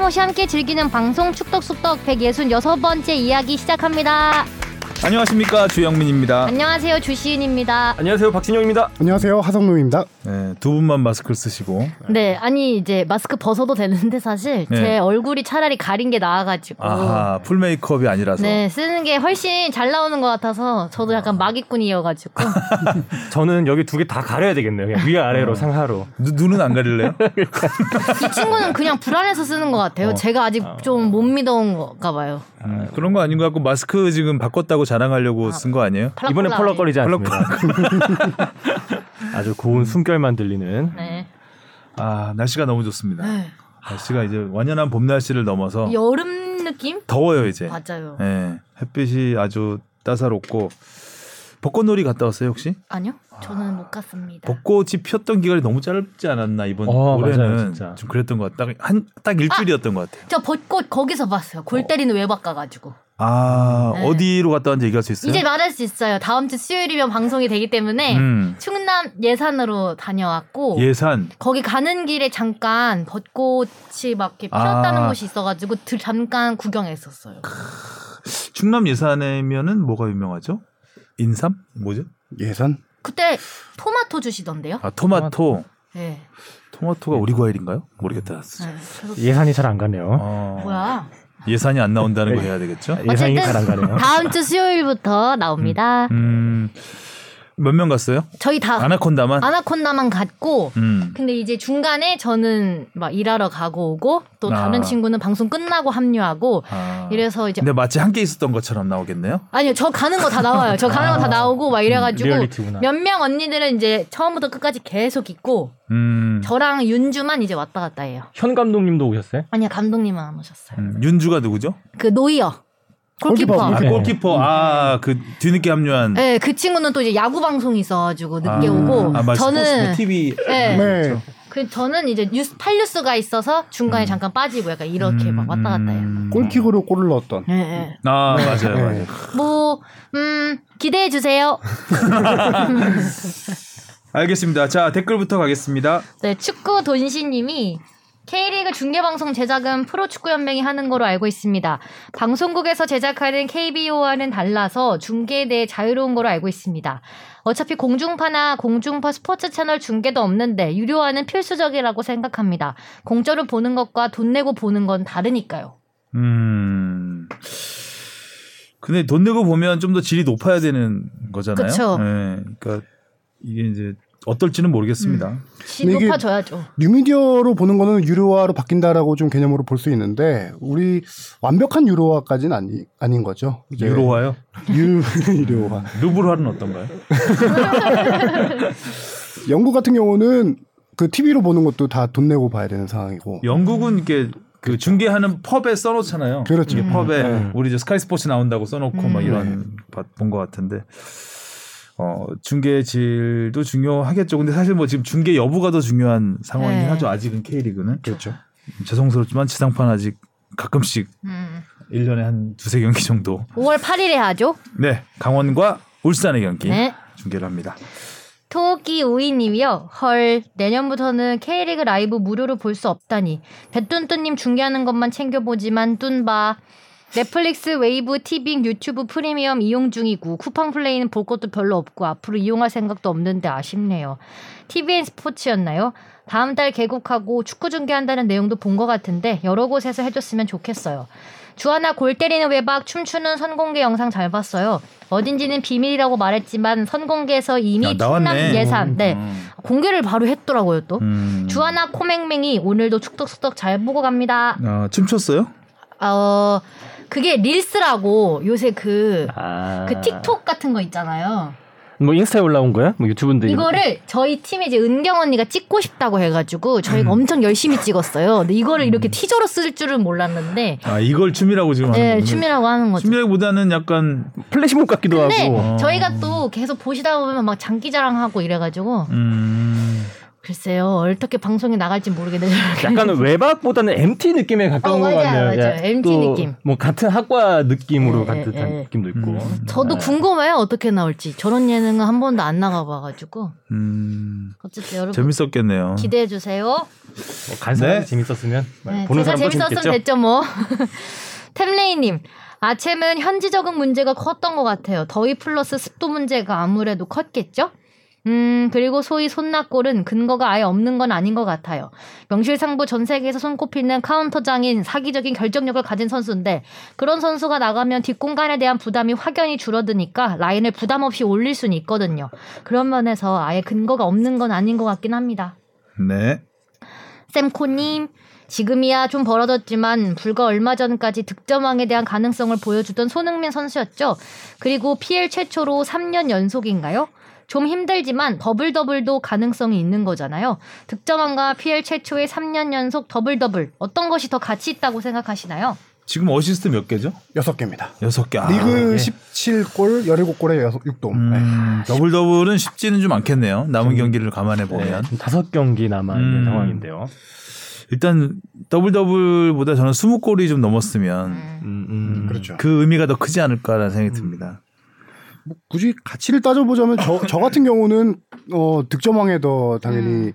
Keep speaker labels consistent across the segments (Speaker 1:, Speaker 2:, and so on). Speaker 1: 모시 함께 즐기는 방송 축덕숙덕 166번째 이야기 시작합니다.
Speaker 2: 안녕하십니까 주영민입니다.
Speaker 1: 안녕하세요. 주시은입니다.
Speaker 3: 안녕하세요 박진영입니다.
Speaker 4: 안녕하세요 하성룡입니다.
Speaker 2: 네, 두 분만 마스크를 쓰시고
Speaker 1: 네, 아니 이제 마스크 벗어도 되는데 사실
Speaker 2: 네.
Speaker 1: 제 얼굴이 차라리 가린 게 나아가지고
Speaker 2: 아하 풀 메이크업이 아니라서
Speaker 1: 어. 네 쓰는 게 훨씬 잘 나오는 것 같아서 저도 약간 마기꾼이어가지고
Speaker 3: 저는 여기 두 개 다 가려야 되겠네요. 그냥 위아래로 상하로.
Speaker 2: 누- 눈은 안 가릴래요?
Speaker 1: 이 친구는 그냥 불안해서 쓰는 것
Speaker 3: 어.
Speaker 1: 같아요. 제가 아직 좀 못 믿어온 건가 봐요.
Speaker 2: 음, 그런 거 아닌 것 같고 마스크 지금 바꿨다고 자랑하려고 쓴 거 아니에요?
Speaker 3: 이번에 펄럭거리지 않습니다. 아주 고운 숨결만 들리는
Speaker 1: 네.
Speaker 2: 아 날씨가 너무 좋습니다.
Speaker 1: 아.
Speaker 2: 날씨가 이제 완연한 봄 날씨를 넘어서
Speaker 1: 여름 느낌?
Speaker 2: 더워요 이제.
Speaker 1: 맞아요.
Speaker 2: 네, 햇빛이 아주 따사롭고 벚꽃놀이 갔다 왔어요 혹시?
Speaker 1: 아니요, 저는 못 갔습니다.
Speaker 2: 벚꽃이 피었던 기간이 너무 짧지 않았나 이번
Speaker 3: 어,
Speaker 2: 올해는
Speaker 3: 맞아요, 진짜.
Speaker 2: 좀 그랬던 것 같다. 한딱 일주일이었던 것 같아요.
Speaker 1: 저 벚꽃 거기서 봤어요. 골 때리는 외박 가가지고.
Speaker 2: 아
Speaker 1: 네.
Speaker 2: 어디로 갔다 왔는지 얘기할 수 있어요?
Speaker 1: 이제 말할 수 있어요. 다음 주 수요일이면 방송이 되기 때문에
Speaker 2: 음.
Speaker 1: 충남 예산으로 다녀왔고
Speaker 2: 예산
Speaker 1: 거기 가는 길에 잠깐 벚꽃이 막 이렇게
Speaker 2: 아.
Speaker 1: 피었다는 곳이 있어가지고 들- 잠깐 구경했었어요.
Speaker 2: 충남 예산에면은 뭐가 유명하죠? 인삼 뭐죠?
Speaker 4: 예산?
Speaker 1: 그때 토마토 주시던데요?
Speaker 2: 아 토마토
Speaker 1: 네.
Speaker 2: 토마토가 우리 과일인가요? 모르겠다.
Speaker 1: 네. 그래서
Speaker 3: 예산이 잘 안 가네요.
Speaker 2: 어,
Speaker 1: 뭐야?
Speaker 2: 예산이 안 나온다는 걸 해야 되겠죠?
Speaker 3: 예산이 잘 안 가네요.
Speaker 1: 다음 주 수요일부터 나옵니다.
Speaker 2: 음몇 명 갔어요?
Speaker 1: 저희 다
Speaker 2: 아나콘다만.
Speaker 1: 아나콘다만 갔고
Speaker 2: 음.
Speaker 1: 근데 이제 중간에 저는 막 일하러 가고 오고 또
Speaker 2: 아.
Speaker 1: 다른 친구는 방송 끝나고 합류하고
Speaker 2: 아.
Speaker 1: 이래서 이제
Speaker 2: 근데 마치 함께 있었던 것처럼 나오겠네요.
Speaker 1: 아니요 저 가는 거 다 나와요 저 가는
Speaker 2: 아.
Speaker 1: 거 다 나오고 막
Speaker 3: 음,
Speaker 1: 이래가지고
Speaker 3: 리얼리티구나.
Speaker 1: 몇 명 언니들은 이제 처음부터 끝까지 계속 있고
Speaker 2: 음.
Speaker 1: 저랑 윤주만 이제 왔다 갔다 해요
Speaker 3: 현 감독님도 오셨어요?
Speaker 1: 아니요 감독님은 안 오셨어요
Speaker 2: 음, 윤주가 누구죠?
Speaker 1: 그 노이어
Speaker 4: 골키퍼.
Speaker 1: 골키퍼
Speaker 4: 아,
Speaker 2: 아,
Speaker 3: 네.
Speaker 2: 골키퍼. 아, 그 뒤늦게 합류한.
Speaker 1: 음. 네, 그 친구는 또 이제 야구 방송이 있어가지고 늦게
Speaker 2: 아,
Speaker 1: 오고
Speaker 2: 아, 맞아.
Speaker 1: 저는
Speaker 2: 스포츠, TV.
Speaker 1: 네.
Speaker 4: 네.
Speaker 1: 그 저는 이제 뉴스 팔뉴스가 있어서 중간에 잠깐 빠지고 약간 이렇게 막 아, 왔다 갔다 해요.
Speaker 2: 음.
Speaker 4: 골킥으로 골을 넣었던.
Speaker 1: 예, 예.
Speaker 2: 아, 맞아요,
Speaker 4: 네.
Speaker 2: 맞아요.
Speaker 1: 뭐, 음, 기대해 주세요.
Speaker 2: 알겠습니다. 자, 댓글부터 가겠습니다.
Speaker 1: 네, 축구 돈시님이 K리그 중계방송 제작은 프로축구연맹이 하는 거로 알고 있습니다. 방송국에서 제작하는 KBO와는 달라서 중계에 대해 자유로운 거로 알고 있습니다. 어차피 공중파나 공중파 스포츠 채널 중계도 없는데 유료화는 필수적이라고 생각합니다. 공짜로 보는 것과 돈 내고 보는 건 다르니까요.
Speaker 2: 음. 근데 돈 내고 보면 좀 더 질이 높아야 되는 거잖아요.
Speaker 1: 그쵸.
Speaker 2: 예, 그러니까 이게 이제 어떨지는 모르겠습니다.
Speaker 1: 지
Speaker 4: 근데 이게-
Speaker 1: 높아져야죠.
Speaker 4: 뉴미디어로 보는 거는 유료화로 바뀐다라고 좀 개념으로 볼 수 있는데 우리 완벽한 유료화까지는 아니 아닌 거죠. 이제
Speaker 2: 유로화요?
Speaker 4: 유, 유료화.
Speaker 2: 네. 루블화는 어떤가요?
Speaker 4: 영국 같은 경우는 그 TV로 보는 것도 다 돈 내고 봐야 되는 상황이고.
Speaker 2: 영국은 이게 그 중계하는 펍에 써놓잖아요.
Speaker 4: 그렇죠.
Speaker 2: 이게 펍에
Speaker 4: 음.
Speaker 2: 우리 이제 스카이 스포츠 나온다고 써놓고
Speaker 1: 음.
Speaker 2: 막 이런 본것 같은데. 어, 중계 질도 중요하겠죠. 근데 사실 뭐 지금 중계 여부가 더 중요한 상황이긴
Speaker 1: 네.
Speaker 2: 하죠. 아직은 K리그는.
Speaker 4: 그렇죠.
Speaker 2: 죄송스럽지만 지상판 아직 가끔씩
Speaker 1: 음.
Speaker 2: 1년에 한 두세 경기 정도
Speaker 1: 5월 8일에 하죠.
Speaker 2: 네, 강원과 울산의
Speaker 4: 예.
Speaker 2: 경기
Speaker 1: 네.
Speaker 2: 중계를 합니다.
Speaker 1: 토끼 우이님이요. 헐 내년부터는 K리그 라이브 무료로 볼 수 없다니. 배뚠뚠님 중계하는 것만 챙겨보지만 뚠바. 넷플릭스, 웨이브, 티빙, 유튜브 프리미엄 이용 중이고 쿠팡 플레이는 볼 것도 별로 없고 앞으로 이용할 생각도 없는데 아쉽네요. TVN 스포츠였나요? 다음 달 개국하고 축구 중계한다는 내용도 본 것 같은데 여러 곳에서 해줬으면 좋겠어요. 주하나 골 때리는 외박 춤추는 선공개 영상 잘 봤어요. 어딘지는 비밀이라고 말했지만 선공개에서 이미
Speaker 2: 야,
Speaker 1: 충남
Speaker 2: 나왔네.
Speaker 1: 예산 네
Speaker 3: 음.
Speaker 1: 공개를 바로 했더라고요 또.
Speaker 2: 음.
Speaker 1: 주하나 코맹맹이 오늘도 축덕수덕 잘 보고 갑니다.
Speaker 2: 어, 춤췄어요?
Speaker 1: 어 그게 릴스라고 요새 그
Speaker 3: 아.
Speaker 1: 그 틱톡 같은 거 있잖아요.
Speaker 3: 뭐 인스타에 올라온 거야? 뭐 유튜브인데
Speaker 1: 이거를 저희 팀에 이제 은경 언니가 찍고 싶다고 해가지고 저희가 엄청 열심히 찍었어요. 근데 이거를 이렇게 티저로 쓸 줄은 몰랐는데,
Speaker 2: 아, 이걸 춤이라고 지금 하는
Speaker 1: 네
Speaker 2: 거군요.
Speaker 1: 춤이라고 하는 거죠.
Speaker 2: 춤이라기보다는 약간
Speaker 3: 플래시몹 같기도
Speaker 1: 근데
Speaker 3: 하고.
Speaker 2: 어.
Speaker 1: 저희가 또 계속 보시다 보면 막 장기자랑하고 이래가지고
Speaker 2: 음,
Speaker 1: 글쎄요 어떻게 방송에 나갈지 모르겠네요.
Speaker 3: 약간 외박보다는 MT 느낌에 가까운
Speaker 1: 어,
Speaker 3: 것
Speaker 1: 맞아요,
Speaker 3: 같네요.
Speaker 1: 맞아요.
Speaker 3: 예,
Speaker 1: MT
Speaker 3: 또
Speaker 1: 느낌.
Speaker 3: 뭐 같은 학과 느낌으로
Speaker 1: 예,
Speaker 3: 같은
Speaker 1: 예, 예.
Speaker 3: 느낌도 있고.
Speaker 2: 음.
Speaker 1: 저도 궁금해요 어떻게 나올지 저런 예능은 한 번도 안 나가봐가지고
Speaker 2: 음,
Speaker 1: 어쨌든 여러분
Speaker 2: 재밌었겠네요.
Speaker 1: 기대해 주세요.
Speaker 3: 뭐 간사하게
Speaker 2: 네.
Speaker 3: 재밌었으면
Speaker 1: 네,
Speaker 3: 보는
Speaker 1: 제가
Speaker 3: 사람도
Speaker 1: 재밌었으면
Speaker 3: 재밌겠죠.
Speaker 1: 됐죠 뭐. 템레이님 아챔은 현지 적응 문제가 컸던 것 같아요. 더위 플러스 습도 문제가 아무래도 컸겠죠? 음 그리고 소위 손나골은 근거가 아예 없는 건 아닌 것 같아요. 명실상부 전 세계에서 손꼽히는 카운터장인 사기적인 결정력을 가진 선수인데 그런 선수가 나가면 뒷공간에 대한 부담이 확연히 줄어드니까 라인을 부담 없이 올릴 수는 있거든요. 그런 면에서 아예 근거가 없는 건 아닌 것 같긴 합니다.
Speaker 2: 네.
Speaker 1: 쌤코님 지금이야 좀 벌어졌지만 불과 얼마 전까지 득점왕에 대한 가능성을 보여주던 손흥민 선수였죠. 그리고 PL 최초로 3년 연속인가요? 좀 힘들지만 더블 더블도 가능성이 있는 거잖아요. 득점왕과 PL 최초의 3년 연속 더블 더블 어떤 것이 더 가치 있다고 생각하시나요?
Speaker 2: 지금 어시스트 몇 개죠?
Speaker 4: 여섯 개입니다.
Speaker 2: 여섯 개. 아,
Speaker 4: 리그
Speaker 3: 예.
Speaker 4: 17골, 17골에 6돔.
Speaker 2: 음, 더블 더블은 쉽지는 좀 않겠네요. 남은 경기를 감안해
Speaker 3: 네,
Speaker 2: 보면
Speaker 3: 지금 다섯 경기 남아 있는
Speaker 2: 음.
Speaker 3: 상황인데요.
Speaker 2: 일단 더블 더블보다 저는 20골이 좀 넘었으면
Speaker 1: 음,
Speaker 3: 음, 음.
Speaker 4: 그렇죠.
Speaker 2: 그 의미가 더 크지 않을까라는 생각이 듭니다.
Speaker 4: 뭐 굳이 가치를 따져보자면 저, 저 같은 경우는 어, 득점왕에 더 당연히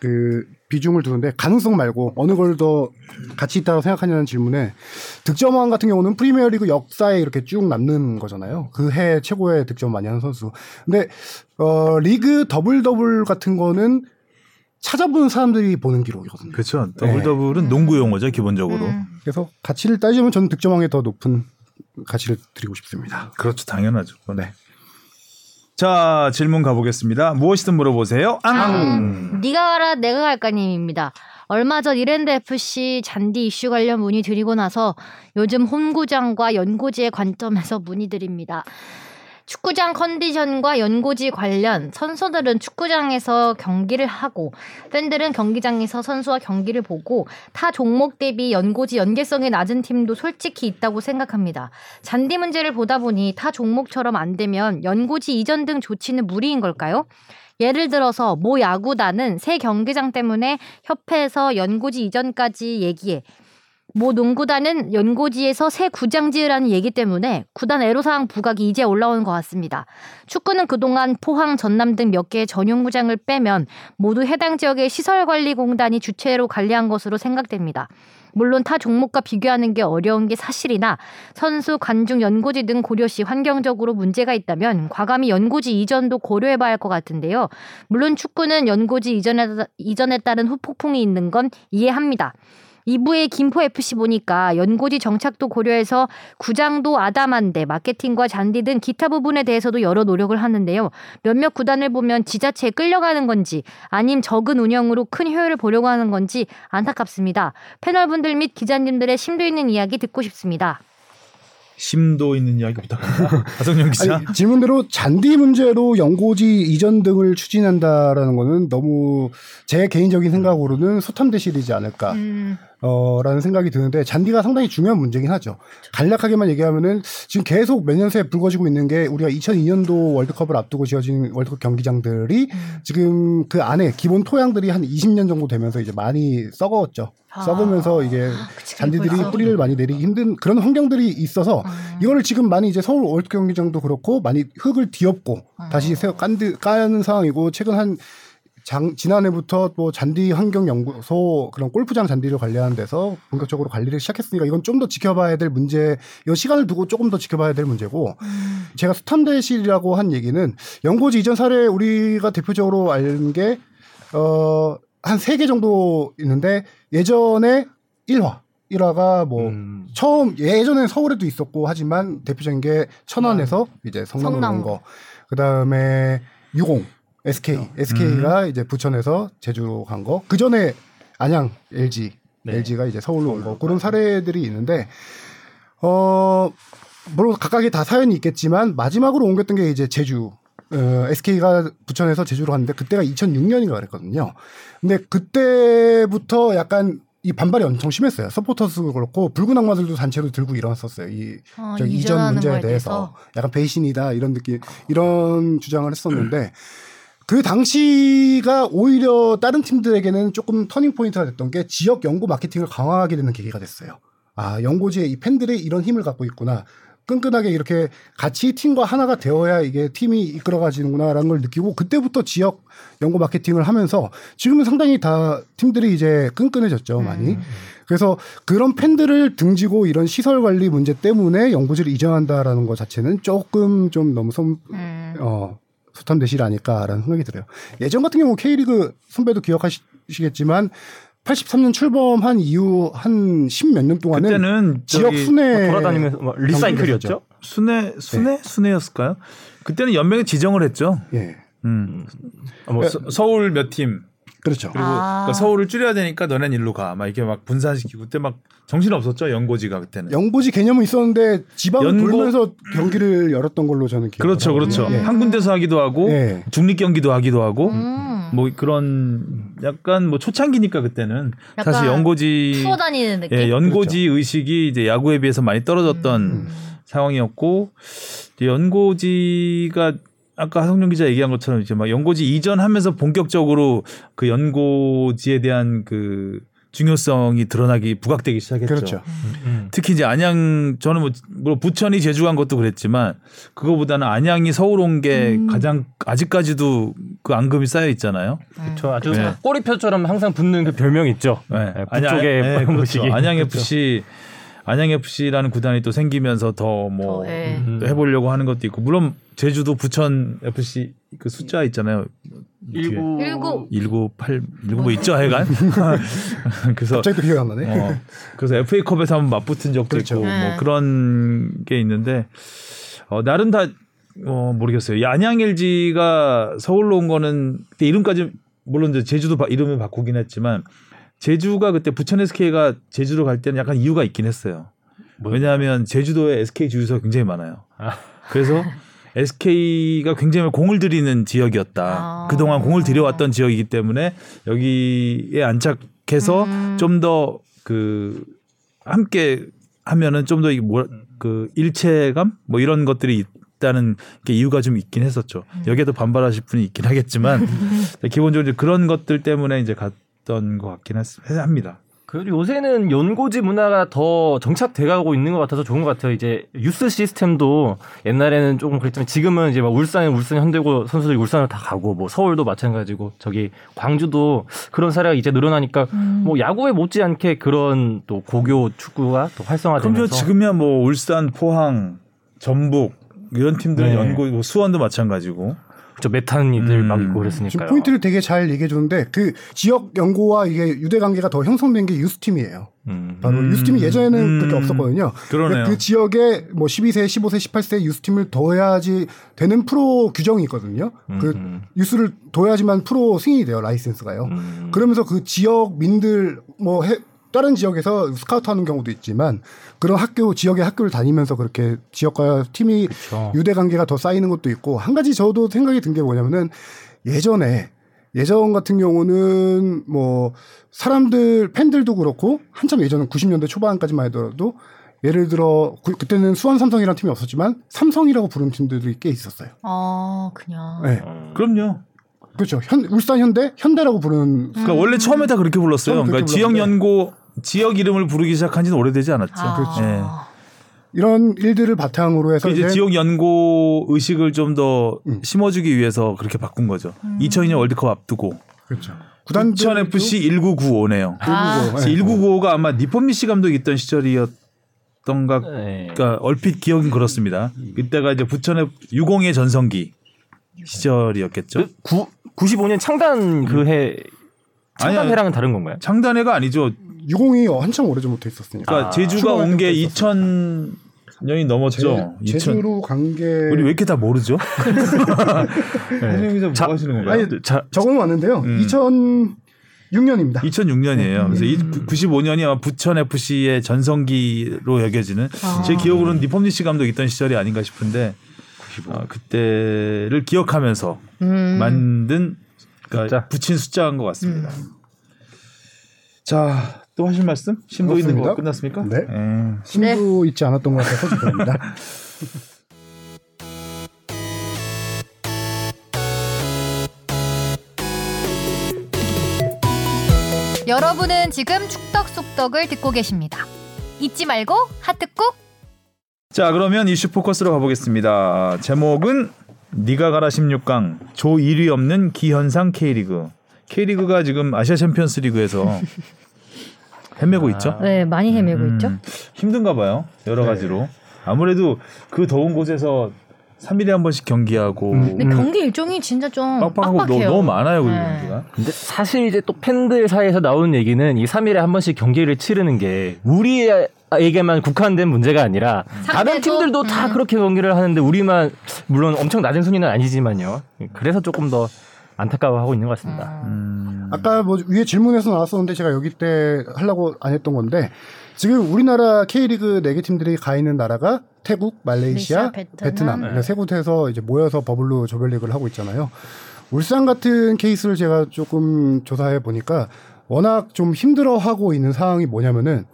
Speaker 4: 그 비중을 두는데 가능성 말고 어느 걸 더 가치 있다고 생각하냐는 질문에 득점왕 같은 경우는 프리미어리그 역사에 이렇게 쭉 남는 거잖아요. 그 해 최고의 득점 많이 하는 선수. 근데 어, 리그 더블 더블 같은 거는 찾아보는 사람들이 보는 기록이거든요.
Speaker 2: 그렇죠. 더블
Speaker 4: 네.
Speaker 2: 더블은 농구 용어죠 기본적으로.
Speaker 1: 음.
Speaker 4: 그래서 가치를 따지면 저는 득점왕에 더 높은 가치를 드리고 싶습니다.
Speaker 2: 그렇죠, 당연하죠. 네. 자 질문 가보겠습니다. 무엇이든 물어보세요. 앙.
Speaker 1: 네가 가라 내가 갈까님입니다. 얼마 전 이랜드 FC 잔디 이슈 관련 문의 드리고 나서 요즘 홈구장과 연고지의 관점에서 문의 드립니다. 축구장 컨디션과 연고지 관련 선수들은 축구장에서 경기를 하고 팬들은 경기장에서 선수와 경기를 보고 타 종목 대비 연고지 연계성이 낮은 팀도 솔직히 있다고 생각합니다. 잔디 문제를 보다 보니 타 종목처럼 안 되면 연고지 이전 등 조치는 무리인 걸까요? 예를 들어서 모 야구단은 새 경기장 때문에 협회에서 연고지 이전까지 얘기해 모 농구단은 연고지에서 새 구장 지으라는 얘기 때문에 구단 애로사항 부각이 이제 올라오는 것 같습니다. 축구는 그동안 포항, 전남 등 몇 개의 전용 구장을 빼면 모두 해당 지역의 시설관리공단이 주체로 관리한 것으로 생각됩니다. 물론 타 종목과 비교하는 게 어려운 게 사실이나 선수, 관중, 연고지 등 고려시 환경적으로 문제가 있다면 과감히 연고지 이전도 고려해봐야 할 것 같은데요. 물론 축구는 연고지 이전에, 이전에 따른 후폭풍이 있는 건 이해합니다. 2부의 김포FC 보니까 연고지 정착도 고려해서 구장도 아담한데 마케팅과 잔디 등 기타 부분에 대해서도 여러 노력을 하는데요. 몇몇 구단을 보면 지자체에 끌려가는 건지 아님 적은 운영으로 큰 효율을 보려고 하는 건지 안타깝습니다. 패널분들 및 기자님들의 심도 있는 이야기 듣고 싶습니다.
Speaker 2: 심도 있는 이야기 부탁합니다. 하성룡 기자.
Speaker 4: 아니, 질문대로 잔디 문제로 연고지 이전 등을 추진한다라는 거는 너무 제 개인적인 생각으로는 소탐대실이지
Speaker 2: 음.
Speaker 4: 않을까라는
Speaker 1: 음,
Speaker 4: 생각이 드는데 잔디가 상당히 중요한 문제긴 하죠.
Speaker 1: 그렇죠.
Speaker 4: 간략하게만 얘기하면은 지금 계속 몇 년 새에 불거지고 있는 게 우리가 2002년도 월드컵을 앞두고 지어진 월드컵 경기장들이
Speaker 1: 음.
Speaker 4: 지금 그 안에 기본 토양들이 한 20년 정도 되면서 이제 많이 썩었죠.
Speaker 1: 아.
Speaker 4: 썩으면서 이게
Speaker 1: 그치, 벌써. 어.
Speaker 4: 잔디들이 뿌리를 많이 내리기 힘든 그런 환경들이 있어서 이거를 지금 많이 이제 서울 월드 경기장도 그렇고 많이 흙을 뒤엎고
Speaker 1: 어.
Speaker 4: 다시 새로 깐드, 까는 상황이고 최근 한 장, 지난해부터 또 잔디 환경 연구소 그런 골프장 잔디를 관리하는 데서 본격적으로 관리를 시작했으니까 이건 좀 더 지켜봐야 될 문제, 이 시간을 두고 조금 더 지켜봐야 될 문제고 제가 수탐대실이라고 한 얘기는 연고지 이전 사례 우리가 대표적으로 아는 게 어, 한 세 개 정도 있는데 예전에 일화일화가뭐
Speaker 3: 음.
Speaker 4: 처음 예전에 서울에도 있었고 하지만 대표적인 게 천안에서 이제 성남으로
Speaker 1: 성남.
Speaker 4: 온 거. 그다음에 유공 SK SK가 이제 부천에서 제주로 간 거. 그 전에 안양 LG
Speaker 3: 네.
Speaker 4: LG가 이제 서울로 온 거. 그런 사례들이 있는데 어 물론 각각의 다 사연이 있겠지만 마지막으로 옮겼던 게 이제 제주 SK가 부천에서 제주로 갔는데 그때가 2006년인가 그랬거든요. 근데 그때부터 약간 이 반발이 엄청 심했어요. 서포터스도 그렇고 붉은 악마들도 단체로 들고 일어났었어요. 이
Speaker 1: 아,
Speaker 4: 저 이전
Speaker 1: 이전하는
Speaker 4: 문제에
Speaker 1: 거에
Speaker 4: 대해서 약간 배신이다 이런 느낌 이런 주장을 했었는데 그 당시가 오히려 다른 팀들에게는 조금 터닝 포인트가 됐던 게 지역 연고 마케팅을 강화하게 되는 계기가 됐어요. 아 연고지의 이 팬들의 이런 힘을 갖고 있구나. 끈끈하게 이렇게 같이 팀과 하나가 되어야 이게 팀이 이끌어가지는구나라는 걸 느끼고 그때부터 지역 연고 마케팅을 하면서 지금은 상당히 다 팀들이 이제 끈끈해졌죠 많이. 그래서 그런 팬들을 등지고 이런 시설 관리 문제 때문에 연고지를 이전한다라는 것 자체는 조금 좀 너무 선,
Speaker 1: 음.
Speaker 4: 어, 소탐되실 아닐까라는 생각이 들어요. 예전 같은 경우 K리그 선배도 기억하시겠지만 83년 출범한 이후 한 십 몇 년 동안은
Speaker 2: 그때는
Speaker 4: 지역
Speaker 2: 저기
Speaker 3: 음.
Speaker 4: 순회
Speaker 3: 뭐 돌아다니면서 막 리사이클이었죠.
Speaker 2: 순회 순회 순회였을까요? 그때는 연맹이 지정을 했죠.
Speaker 4: 예
Speaker 2: 음.
Speaker 3: 아, 뭐 서-
Speaker 2: 서, 울몇 팀.
Speaker 4: 그렇죠.
Speaker 2: 그리고
Speaker 1: 아.
Speaker 2: 그러니까 서울을 줄여야 되니까 너넨 일로 가. 막 이렇게 막 분산시키고 그때 막 정신 없었죠. 연고지가 그때는.
Speaker 4: 연고지 개념은 있었는데 지방 을
Speaker 2: 연고-
Speaker 4: 돌면서 경기를 열었던 걸로 저는 기억.
Speaker 2: 그렇죠. 그렇죠.
Speaker 1: 예.
Speaker 2: 한 군데서 하기도 하고
Speaker 4: 예.
Speaker 2: 중립 경기도 하기도 하고
Speaker 1: 음.
Speaker 2: 뭐 그런 약간 뭐 초창기니까 그때는 사실
Speaker 1: 약간
Speaker 2: 연고지
Speaker 1: 투어 다니는 느낌.
Speaker 2: 예, 연고지
Speaker 4: 그렇죠.
Speaker 2: 의식이 이제 야구에 비해서 많이 떨어졌던
Speaker 1: 음.
Speaker 2: 상황이었고 이제 연고지가 아까 하성룡 기자 얘기한 것처럼 이제 막 연고지 이전하면서 본격적으로 그 연고지에 대한 그 중요성이 드러나기 부각되기 시작했죠.
Speaker 4: 그렇죠.
Speaker 3: 음.
Speaker 2: 특히 이제 안양 저는 뭐, 뭐 부천이 제주간 것도 그랬지만 그거보다는 안양이 서울 온 게
Speaker 1: 음.
Speaker 2: 가장 아직까지도 그 앙금이 쌓여 있잖아요.
Speaker 3: 저 아주
Speaker 2: 네.
Speaker 3: 꼬리표처럼 항상 붙는 그 별명 있죠.
Speaker 2: 네.
Speaker 3: 네,
Speaker 2: 아니,
Speaker 3: 북쪽에
Speaker 2: 아, 예,
Speaker 3: 보시기.
Speaker 2: 그렇죠. 안양 FC 안양 FC라는 구단이 또 생기면서 더 뭐
Speaker 1: 더, 예.
Speaker 3: 음.
Speaker 2: 해보려고 하는 것도 있고 물론 제주도 부천 FC 그 숫자 있잖아요.
Speaker 3: 일구-
Speaker 1: 일구-
Speaker 2: 198 198 있죠 하여간 그래서
Speaker 4: 갑자기 또 기억이 안 나네.
Speaker 2: 어, 그래서 FA컵에서 한번 맞붙은 적도
Speaker 4: 그렇죠.
Speaker 2: 있고
Speaker 1: 네.
Speaker 2: 뭐 그런 게 있는데 어, 나름 다 어, 모르겠어요. 안양 LG가 서울로 온 거는 그때 이름까지 물론 이제 제주도 바- 이름을 바꾸긴 했지만 제주가 그때 부천 SK가 제주로 갈 때는 약간 이유가 있긴 했어요.
Speaker 3: 뭐요?
Speaker 2: 왜냐하면 제주도에 SK 주유소가 굉장히 많아요.
Speaker 3: 아.
Speaker 2: 그래서 SK가 굉장히 공을 들이는 지역이었다.
Speaker 1: 아.
Speaker 2: 그동안 공을 들여왔던 지역이기 때문에 여기에 안착해서
Speaker 1: 음.
Speaker 2: 좀 더 그 함께 하면은 좀 더 그 일체감 뭐 이런 것들이 있다는 게 이유가 좀 있긴 했었죠.
Speaker 1: 음.
Speaker 2: 여기에도 반발하실 분이 있긴 하겠지만 기본적으로 이제 그런 것들 때문에 이제 갔던 것 같긴 했- 합니다.
Speaker 3: 그리고 요새는 연고지 문화가 더 정착돼가고 있는 것 같아서 좋은 것 같아요. 이제 유스 시스템도 옛날에는 조금 그랬지만 지금은 이제 막 울산에 울산 현대고 선수들이 울산을 다 가고 뭐 서울도 마찬가지고 저기 광주도 그런 사례가 이제 늘어나니까
Speaker 1: 음.
Speaker 3: 뭐 야구에 못지않게 그런 또 고교 축구가 또
Speaker 2: 그럼요.
Speaker 3: 활성화되면서
Speaker 2: 지금이야 뭐 울산, 포항, 전북 이런 팀들은
Speaker 3: 네.
Speaker 2: 연고 뭐 수원도 마찬가지고.
Speaker 3: 저 그렇죠. 메탄 이들 막
Speaker 2: 음.
Speaker 3: 있고
Speaker 4: 지금
Speaker 3: 그랬으니까요.
Speaker 4: 포인트를 되게 잘 얘기해 줬는데 그 지역 연고와 이게 유대 관계가 더 형성된 게 유스팀이에요.
Speaker 3: 음.
Speaker 4: 바로
Speaker 2: 음.
Speaker 4: 유스팀이 예전에는 그렇게
Speaker 2: 음.
Speaker 4: 없었거든요.
Speaker 2: 그러네요.
Speaker 4: 그 지역에 뭐 12세, 15세, 18세 유스팀을 둬야지 되는 프로 규정이 있거든요. 그
Speaker 3: 음.
Speaker 4: 유스를 둬야지만 프로 승인이 돼요 라이센스가요.
Speaker 3: 음.
Speaker 4: 그러면서 그 지역 민들 뭐 해- 다른 지역에서 스카우트하는 경우도 있지만 그런 학교 지역의 학교를 다니면서 그렇게 지역과 팀이
Speaker 3: 그쵸.
Speaker 4: 유대 관계가 더 쌓이는 것도 있고 한 가지 저도 생각이 든 게 뭐냐면은 예전에 예전 같은 경우는 뭐 사람들 팬들도 그렇고 한참 예전은 90년대 초반까지만 하더라도 예를 들어 그, 때는 수원 삼성이라는 팀이 없었지만 삼성이라고 부르는 팀들이 꽤 있었어요.
Speaker 1: 아 그냥.
Speaker 4: 네.
Speaker 3: 음.
Speaker 2: 그럼요.
Speaker 4: 그렇죠. 현- 울산 현대 현대라고 부르는
Speaker 2: 그러니까 원래 처음에 다 그렇게 불렀어요.
Speaker 4: 처음에
Speaker 2: 그러니까
Speaker 4: 그렇게
Speaker 2: 지역
Speaker 4: 불렀는데.
Speaker 2: 연고 지역 이름을 부르기 시작한 지는 오래되지 않았죠.
Speaker 1: 아.
Speaker 4: 그렇죠.
Speaker 2: 예.
Speaker 4: 이런 일들을 바탕으로 해서
Speaker 2: 그 이제
Speaker 4: 이제
Speaker 2: 지역 연고 의식을 좀 더
Speaker 4: 음.
Speaker 2: 심어주기 위해서 그렇게 바꾼 거죠. 2002년 월드컵 앞두고
Speaker 4: 그렇죠. 구단들도
Speaker 2: 부천 FC 1995네요.
Speaker 1: 아.
Speaker 4: 네.
Speaker 2: 1995가 아마 니폼니 씨 감독이 있던 시절이었던가
Speaker 3: 네.
Speaker 2: 그러니까 얼핏 기억은 그렇습니다. 이때가 이제 부천의 60의 전성기 시절이었겠죠.
Speaker 3: 그 구, 95년 창단 그 해
Speaker 2: 아니, 아니.
Speaker 3: 창단해랑은 다른 건가요?
Speaker 2: 창단회가 아니죠.
Speaker 4: 유공이 한참 오래전부터 있었으니까.
Speaker 2: 그러니까
Speaker 3: 아,
Speaker 2: 제주가
Speaker 4: 추가
Speaker 2: 온 게
Speaker 4: 활동도
Speaker 2: 2000년이 넘었죠.
Speaker 4: 예. 제,
Speaker 2: 2000.
Speaker 4: 제주로 관계
Speaker 2: 그렇죠. 우리 왜 이렇게 다 모르죠? 선생님이
Speaker 3: 자,
Speaker 2: 뭐 하시는 건가요?
Speaker 4: 아니,
Speaker 3: 자,
Speaker 4: 적은 왔는데요. 2006년입니다.
Speaker 2: 음. 2006년이에요. 그래서 95년이 아마 부천 FC의 전성기로 여겨지는
Speaker 1: 아.
Speaker 2: 제 기억으로는 니폼니 씨 감독 있던 시절이 아닌가 싶은데 어, 그때를 기억하면서
Speaker 1: 음.
Speaker 2: 만든 그러니까
Speaker 3: 숫자.
Speaker 2: 붙인 숫자인 것 같습니다. 자, 또 하실 말씀? 신부 있는 거
Speaker 4: 그렇습니다.
Speaker 2: 끝났습니까?
Speaker 4: 네.
Speaker 2: 예.
Speaker 4: 신부 있지 않았던 것 같아서 죄송합니다.
Speaker 1: 여러분은 지금 축덕 속덕을 듣고 계십니다. 잊지 말고 하트 꾹.
Speaker 2: 자 그러면 이슈 포커스로 가보겠습니다. 제목은 니가 가라 16강 조 1위 없는 기현상 K리그. K리그가 지금 아시아 챔피언스리그에서 헤매고 있죠.
Speaker 4: 아,
Speaker 1: 네, 많이 헤매고
Speaker 2: 음,
Speaker 1: 있죠.
Speaker 2: 힘든가 봐요. 여러
Speaker 4: 네.
Speaker 2: 가지로. 아무래도 그 더운 곳에서 3일에 한 번씩 경기하고
Speaker 4: 음.
Speaker 1: 근데 경기 일정이 진짜 좀
Speaker 2: 빡빡하고 너-
Speaker 1: 빡빡해요.
Speaker 2: 너무 많아요, 그리고
Speaker 1: 네.
Speaker 2: 경기가.
Speaker 3: 근데 사실 이제 또 팬들 사이에서 나오는 얘기는 이 3일에 한 번씩 경기를 치르는 게 우리에게만 국한된 문제가 아니라 다른
Speaker 1: 상대도-
Speaker 3: 팀들도 다
Speaker 1: 음.
Speaker 3: 그렇게 경기를 하는데 우리만 물론 엄청 낮은 순위는 아니지만요. 그래서 조금 더 안타까워하고 있는
Speaker 1: 음.
Speaker 3: 것 같습니다.
Speaker 1: 아,
Speaker 2: 음.
Speaker 4: 아까 뭐 위에 질문에서 나왔었는데 제가 여기 때 하려고 안 했던 건데 지금 우리나라 K리그 네 개 팀들이 가 있는 나라가 태국, 말레이시아,
Speaker 1: 말레이시아, 베트남.
Speaker 2: 네.
Speaker 4: 베트남, 그러니까 세 곳에서 이제 모여서 버블로 조별리그를 하고 있잖아요. 울산 같은 케이스를 제가 조금 조사해 보니까 워낙 좀 힘들어하고 있는 상황이 뭐냐면은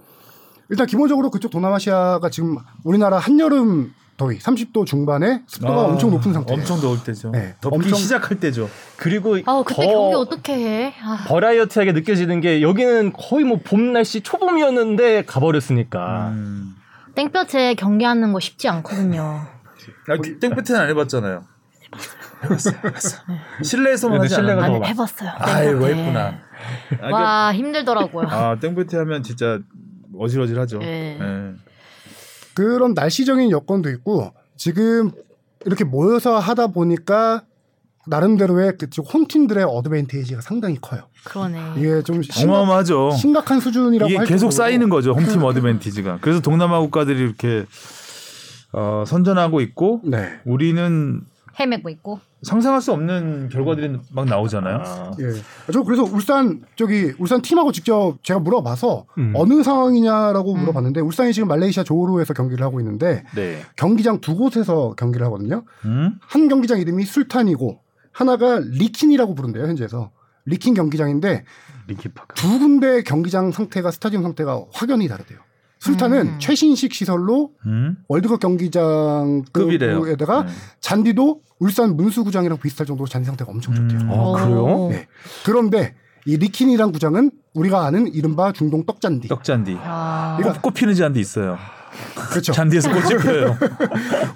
Speaker 4: 일단 기본적으로 그쪽 동남아시아가 지금 우리나라 한여름 더위 30도 중반에 습도가
Speaker 2: 아,
Speaker 4: 엄청 높은 상태예요.
Speaker 2: 엄청 더울 때죠.
Speaker 4: 네,
Speaker 2: 덥기
Speaker 4: 엄청-
Speaker 2: 시작할 때죠.
Speaker 3: 그리고
Speaker 1: 아, 그때
Speaker 3: 더
Speaker 1: 경기 어떻게 해? 아,
Speaker 3: 버라이어티하게 느껴지는 게 여기는 거의 뭐 봄 날씨 초봄이었는데 가버렸으니까
Speaker 2: 음.
Speaker 1: 땡볕에 경기하는 거 쉽지 않거든요.
Speaker 2: 나 땡볕에는 안 해봤잖아요. 뭐, 해봤어요, 해봤어.
Speaker 4: 네.
Speaker 2: 실내에서만 하지
Speaker 3: 실내가
Speaker 2: 않았나?
Speaker 3: 더
Speaker 1: 안
Speaker 3: 봐.
Speaker 1: 해봤어요.
Speaker 2: 아유,
Speaker 1: 땡볕에.
Speaker 2: 예쁘나. 아, 그러니까
Speaker 1: 와 힘들더라고요.
Speaker 2: 아 땡볕에 하면 진짜 어질어질하죠.
Speaker 4: 네.
Speaker 1: 예.
Speaker 2: 예.
Speaker 4: 그런 날씨적인 여건도 있고 지금 이렇게 모여서 하다 보니까 나름대로의 그쪽 홈팀들의 어드밴테이지가 상당히 커요.
Speaker 1: 그러네.
Speaker 4: 이게 좀 심각,
Speaker 2: 아, 그렇죠. 어마어마하죠.
Speaker 4: 심각한 수준이라고
Speaker 2: 이게
Speaker 4: 할
Speaker 2: 계속
Speaker 4: 정도로
Speaker 2: 쌓이는 거죠 홈팀 어드밴티지가. 그래서 동남아 국가들이 이렇게 어, 선전하고 있고
Speaker 4: 네.
Speaker 2: 우리는
Speaker 1: 헤매고 있고.
Speaker 2: 상상할 수 없는 결과들이 막 나오잖아요.
Speaker 4: 예. 저 그래서 울산 저기 울산 팀하고 직접 제가 물어봐서
Speaker 3: 음.
Speaker 4: 어느 상황이냐라고
Speaker 2: 음.
Speaker 4: 물어봤는데 울산이 지금 말레이시아 조우루에서 경기를 하고 있는데
Speaker 3: 네.
Speaker 4: 경기장 두 곳에서 경기를 하거든요.
Speaker 2: 음?
Speaker 4: 한 경기장 이름이 술탄이고 하나가 리킨이라고 부른대요 현지에서 리킨 경기장인데
Speaker 3: 링키파크.
Speaker 4: 두 군데 경기장 상태가 스타디움 상태가 확연히 다르대요. 술탄은
Speaker 1: 음.
Speaker 4: 최신식 시설로
Speaker 2: 음?
Speaker 4: 월드컵
Speaker 2: 급이래요.
Speaker 4: 경기장급에다가
Speaker 2: 네.
Speaker 4: 잔디도 울산 문수구장이랑 비슷할 정도로 잔디 상태가 엄청 좋대요.
Speaker 2: 음.
Speaker 3: 아, 그래요?
Speaker 4: 네. 그런데 이 리킨이란 구장은 우리가 아는 이른바 중동 떡잔디.
Speaker 2: 떡잔디.
Speaker 1: 아,
Speaker 4: 이거-
Speaker 2: 꽃, 꽃 피는 잔디 있어요.
Speaker 4: 그렇죠.
Speaker 2: 잔디에서 꽃이 피어요.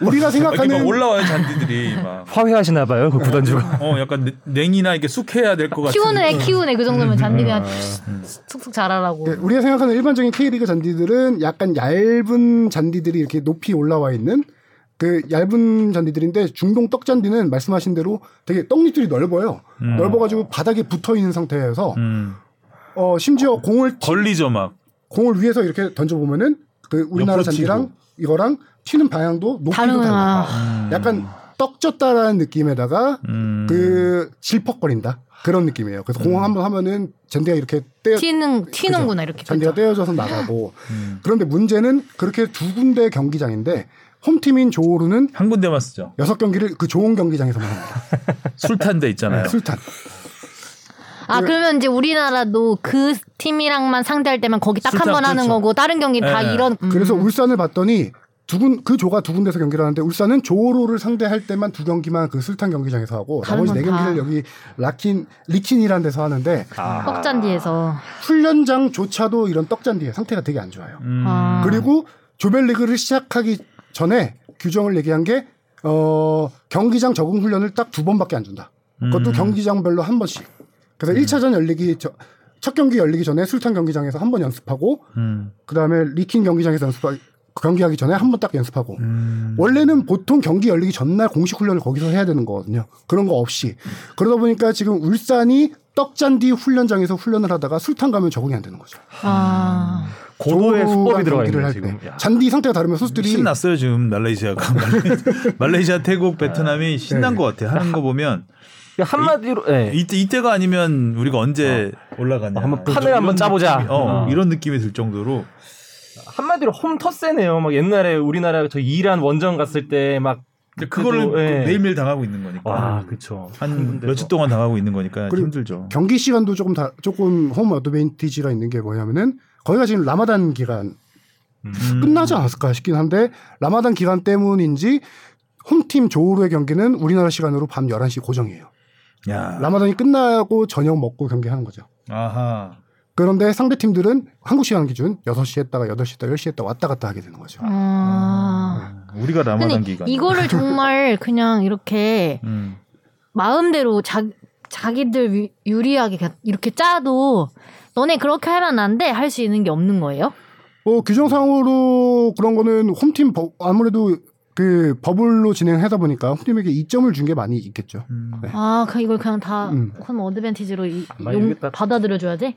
Speaker 4: 우리가
Speaker 2: 이렇게 막
Speaker 4: 생각하는
Speaker 2: 올라와요 잔디들이 막.
Speaker 3: 화회하시나 봐요 그 구단주가.
Speaker 2: 어 약간 냉- 냉이나 이게 쑥해야 될 것 같은.
Speaker 1: 키우는 애 키우네 그 정도면 잔디 그냥 음. 쑥쑥 자라라고.
Speaker 4: 네, 우리가 생각하는 일반적인 K리그 잔디들은 약간 얇은 잔디들이 이렇게 높이 올라와 있는 그 얇은 잔디들인데 중동 떡잔디는 말씀하신 대로 되게 떡잎들이 넓어요.
Speaker 2: 음.
Speaker 4: 넓어가지고 바닥에 붙어 있는 상태여서
Speaker 2: 음.
Speaker 4: 어, 심지어 공을 튀-
Speaker 2: 걸리죠 막.
Speaker 4: 공을 위에서 이렇게 던져 보면은 그 우리나라
Speaker 2: 옆으로
Speaker 4: 잔디랑 이거랑 튀는 방향도 높이도 달라.
Speaker 1: 다르구나.
Speaker 4: 약간 떡졌다라는 느낌에다가
Speaker 2: 음.
Speaker 4: 그 질퍽거린다 그런 느낌이에요. 그래서 공항 한번 하면은 잔디가 이렇게 떼
Speaker 1: 튀는 튀는구나 이렇게.
Speaker 4: 잔디가
Speaker 1: 그죠?
Speaker 4: 떼어져서 나가고
Speaker 2: 음.
Speaker 4: 그런데 문제는 그렇게 두 군데 경기장인데 홈팀인 조오루는
Speaker 2: 한 군데만 쓰죠.
Speaker 4: 여섯 경기를 그 좋은 경기장에서만 합니다.
Speaker 2: 술탄대 있잖아요.
Speaker 4: 술탄.
Speaker 1: 아 그러면 이제 우리나라도 그 팀이랑만 상대할 때만 거기 딱 한
Speaker 2: 술탄,
Speaker 1: 번 하는
Speaker 2: 그렇죠.
Speaker 1: 거고 다른 경기 는다
Speaker 2: 예.
Speaker 1: 이런. 음.
Speaker 4: 그래서 울산을 봤더니 두군 그 조가 두 군데서 경기를 하는데 울산은 조오루를 상대할 때만 두 경기만 그 술탄 경기장에서 하고
Speaker 1: 다른 건
Speaker 4: 나머지 네
Speaker 1: 다.
Speaker 4: 경기를 여기 라킨 리킨이라는 데서 하는데
Speaker 2: 아.
Speaker 1: 떡잔디에서.
Speaker 4: 훈련장조차도 이런 떡잔디에 상태가 되게 안 좋아요.
Speaker 2: 음.
Speaker 1: 아.
Speaker 4: 그리고 조별리그를 시작하기 전에 규정을 얘기한 게 어, 경기장 적응 훈련을 딱 두 번밖에 안 준다. 그것도
Speaker 2: 음.
Speaker 4: 경기장별로 한 번씩. 그래서 일 1차전 열리기 저- 첫 경기 열리기 전에 술탄 경기장에서 한 번 연습하고
Speaker 2: 음.
Speaker 4: 그다음에 리킨 경기장에서 연습하 경기하기 전에 한 번 딱 연습하고
Speaker 2: 음.
Speaker 4: 원래는 보통 경기 열리기 전날 공식 훈련을 거기서 해야 되는 거거든요. 그런 거 없이. 그러다 보니까 지금 울산이 떡잔디 훈련장에서 훈련을 하다가 술탄 가면 적응이 안 되는 거죠.
Speaker 1: 아.
Speaker 3: 고도의
Speaker 4: 조우랑
Speaker 3: 수법이 들어가
Speaker 4: 경기를
Speaker 3: 있는
Speaker 4: 할
Speaker 3: 지금.
Speaker 4: 때.
Speaker 3: 야.
Speaker 4: 잔디 상태가 다르면 선수들이
Speaker 2: 신났어요 지금 말레이시아가 말레이시아 태국 베트남이 신난 것 같아 하는 거 보면
Speaker 3: 그러니까 한마디로 예.
Speaker 2: 이때 이때가 아니면 우리가 언제 올라가냐
Speaker 3: 어, 한번
Speaker 2: 이런
Speaker 3: 판을 한번
Speaker 2: 느낌이-
Speaker 3: 짜보자.
Speaker 2: 어,
Speaker 3: 어.
Speaker 2: 이런 느낌이 들 정도로
Speaker 3: 한마디로 홈 터세네요. 막 옛날에 우리나라 저 이란 원정 갔을 때막
Speaker 2: 근데 그거를 네 아.
Speaker 3: 예.
Speaker 2: 매일매일 당하고 있는 거니까
Speaker 3: 와, 그렇죠.
Speaker 2: 한 며칠 동안 당하고 있는 거니까
Speaker 4: 그리고
Speaker 2: 힘들죠
Speaker 4: 경기 시간도 조금 다, 조금 홈 어드밴티지라 있는 게 뭐냐면은 거기가 지금 라마단 기간
Speaker 2: 음.
Speaker 4: 끝나지 않았을까 싶긴 한데 라마단 기간 때문인지 홈팀 조우루의 경기는 우리나라 시간으로 밤 11시 고정이에요.
Speaker 2: 음. 야
Speaker 4: 라마단이 끝나고 저녁 먹고 경기하는 거죠.
Speaker 2: 아하
Speaker 4: 그런데 상대 팀들은 한국 시간 기준 6시 했다가 8시 했다가 10시 했다가 왔다 갔다 하게 되는 거죠.
Speaker 2: 음.
Speaker 1: 아.
Speaker 2: 우리가 라마단
Speaker 1: 근데
Speaker 2: 음. 기간.
Speaker 1: 이거를 정말 그냥 이렇게
Speaker 2: 음.
Speaker 1: 마음대로 자, 자기들 위- 유리하게 가- 이렇게 짜도 너네 그렇게 하면 안 돼 할 수 있는 게 없는 거예요?
Speaker 4: 뭐 규정상으로 그런 거는 홈팀 버- 아무래도 그 버블로 진행하다 보니까 홈팀에게 이점을 준 게 많이 있겠죠.
Speaker 2: 음.
Speaker 4: 네.
Speaker 1: 아, 그 이걸 그냥 다
Speaker 4: 음.
Speaker 1: 그럼 어드밴티지로 이-
Speaker 3: 아마
Speaker 1: 용-
Speaker 3: 이러겠다.
Speaker 1: 받아들여줘야지?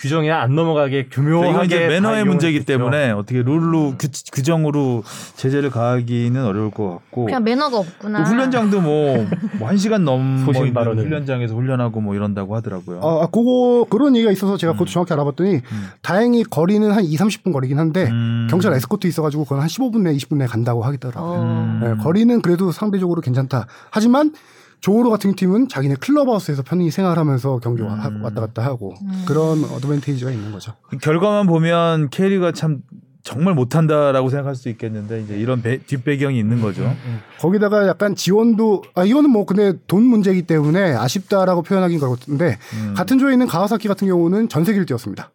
Speaker 3: 규정에 안 넘어가게
Speaker 2: 그러니까 이건
Speaker 3: 교묘하게
Speaker 2: 이제
Speaker 3: 다
Speaker 2: 매너의
Speaker 3: 이용을
Speaker 2: 문제이기
Speaker 3: 했겠죠.
Speaker 2: 때문에 어떻게 룰로 규, 규정으로 제재를 가하기는 어려울 것 같고
Speaker 1: 그냥 매너가
Speaker 2: 또
Speaker 1: 없구나.
Speaker 2: 훈련장도 뭐한 시간 넘어
Speaker 3: 소신
Speaker 2: 있는
Speaker 3: 발언은.
Speaker 2: 훈련장에서 훈련하고 뭐 이런다고 하더라고요.
Speaker 4: 아, 아, 그거 그런 얘기가 있어서 제가
Speaker 2: 음.
Speaker 4: 그것도 정확히 알아봤더니 다행히 거리는 한 2, 30분 거리긴 한데
Speaker 2: 음.
Speaker 4: 경찰 에스코트 있어가지고 그건 한 15분 내 20분 내 간다고 하겠더라고요.
Speaker 1: 어.
Speaker 2: 음.
Speaker 4: 네, 거리는 그래도 상대적으로 괜찮다. 하지만 조우로 같은 팀은 자기네 클럽하우스에서 편히 생활하면서 경기 와- 하- 왔다 갔다 하고
Speaker 1: 음.
Speaker 4: 그런 어드밴테이지가 있는 거죠.
Speaker 2: 결과만 보면 캐리가 참 정말 못한다라고 생각할 수 있겠는데 이제 이런 배- 뒷배경이 있는 거죠.
Speaker 4: 음. 거기다가 약간 지원도 아 이거는 뭐 근데 돈 문제이기 때문에 아쉽다라고 표현하긴 그렇는데
Speaker 2: 음.
Speaker 4: 같은 조에 있는 가와사키 같은 경우는 전 세계를 뛰었습니다.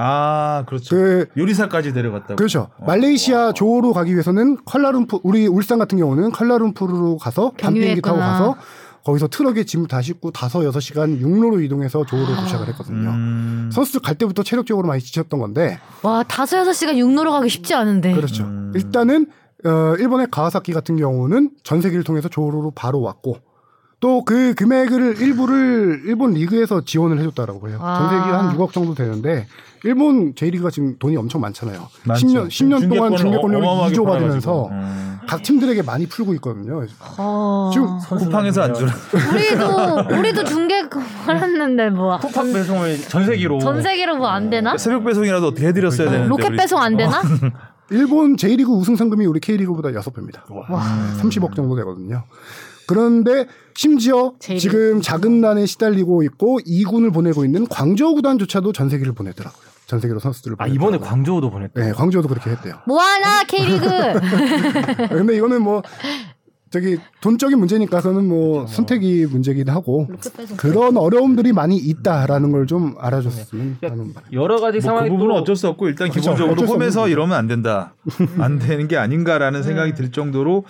Speaker 2: 아 그렇죠.
Speaker 4: 그
Speaker 2: 요리사까지 데려갔다고. 어.
Speaker 4: 그렇죠. 말레이시아 조로 가기 위해서는 콜라룸푸 우리 울산 같은 경우는 콜라룸푸르로 가서 밤 비행기 타고
Speaker 1: 경유했구나.
Speaker 4: 가서 거기서 트럭에 짐 다 싣고 다섯 여섯 시간 육로로 이동해서 조로 도착을 했거든요.
Speaker 2: 아. 음.
Speaker 4: 선수들 갈 때부터 체력적으로 많이 지쳤던 건데
Speaker 1: 와, 다섯 여섯 시간 육로로 가기 쉽지 않은데.
Speaker 4: 그렇죠.
Speaker 2: 음.
Speaker 4: 일단은 어, 일본의 가와사키 같은 경우는 전 세계를 통해서 조로로 바로 왔고 또 그 금액을 일부를 일본 리그에서 지원을 해줬다라고 해요.
Speaker 1: 아.
Speaker 4: 전 세계 한 6억 정도 되는데 일본 J리그가 지금 돈이 엄청 많잖아요.
Speaker 2: 많죠.
Speaker 4: 10년 10년 동안
Speaker 2: 중계권을
Speaker 4: 중계권료를
Speaker 2: 어마어마하게
Speaker 4: 2조
Speaker 2: 팔아가지고.
Speaker 4: 받으면서
Speaker 2: 음.
Speaker 4: 각 팀들에게 많이 풀고 있거든요.
Speaker 1: 어.
Speaker 4: 지금
Speaker 2: 쿠팡에서 안 주나?
Speaker 1: 우리도 우리도 중계 걸었는데 뭐.
Speaker 3: 쿠팡 배송을 전 세계로
Speaker 1: 전 세계로 뭐 안 되나?
Speaker 2: 그러니까 새벽 배송이라도 어떻게 해드렸어야
Speaker 1: 어,
Speaker 2: 되는데 그러니까. 뭐
Speaker 1: 로켓
Speaker 2: 우리-
Speaker 1: 배송 안 되나?
Speaker 4: 일본 J리그 우승 상금이 우리 K리그보다 6배입니다.
Speaker 1: 와.
Speaker 4: 30억 정도 되거든요. 그런데 심지어
Speaker 1: J리그.
Speaker 4: 지금 작은 난에 시달리고 있고 2군을 보내고 있는 광저우 구단조차도 전 세계를 보내더라고요. 전 세계로 선수들을
Speaker 3: 아 이번에
Speaker 4: 보내더라고요.
Speaker 3: 광저우도 보냈다.
Speaker 4: 네, 광저우도 그렇게 했대요.
Speaker 1: 뭐하나 K리그.
Speaker 4: 근데 이거는 뭐 저기 돈적인 문제니까 그거는 뭐
Speaker 3: 그렇죠.
Speaker 4: 선택이 문제긴 하고
Speaker 1: 로켓 배송.
Speaker 4: 그런 어려움들이 많이 있다라는 걸 좀 알아줬으면
Speaker 3: 그러니까
Speaker 4: 하는 바람.
Speaker 3: 여러 가지
Speaker 2: 뭐
Speaker 3: 상황이
Speaker 2: 그 부분은
Speaker 3: 또
Speaker 2: 어쩔 수 없고 일단
Speaker 4: 그렇죠.
Speaker 2: 기본적으로
Speaker 4: 어쩔 수
Speaker 2: 홈에서
Speaker 4: 없는
Speaker 2: 이러면 안 된다 안 되는 게
Speaker 1: 음.
Speaker 2: 아닌가라는 생각이 들 정도로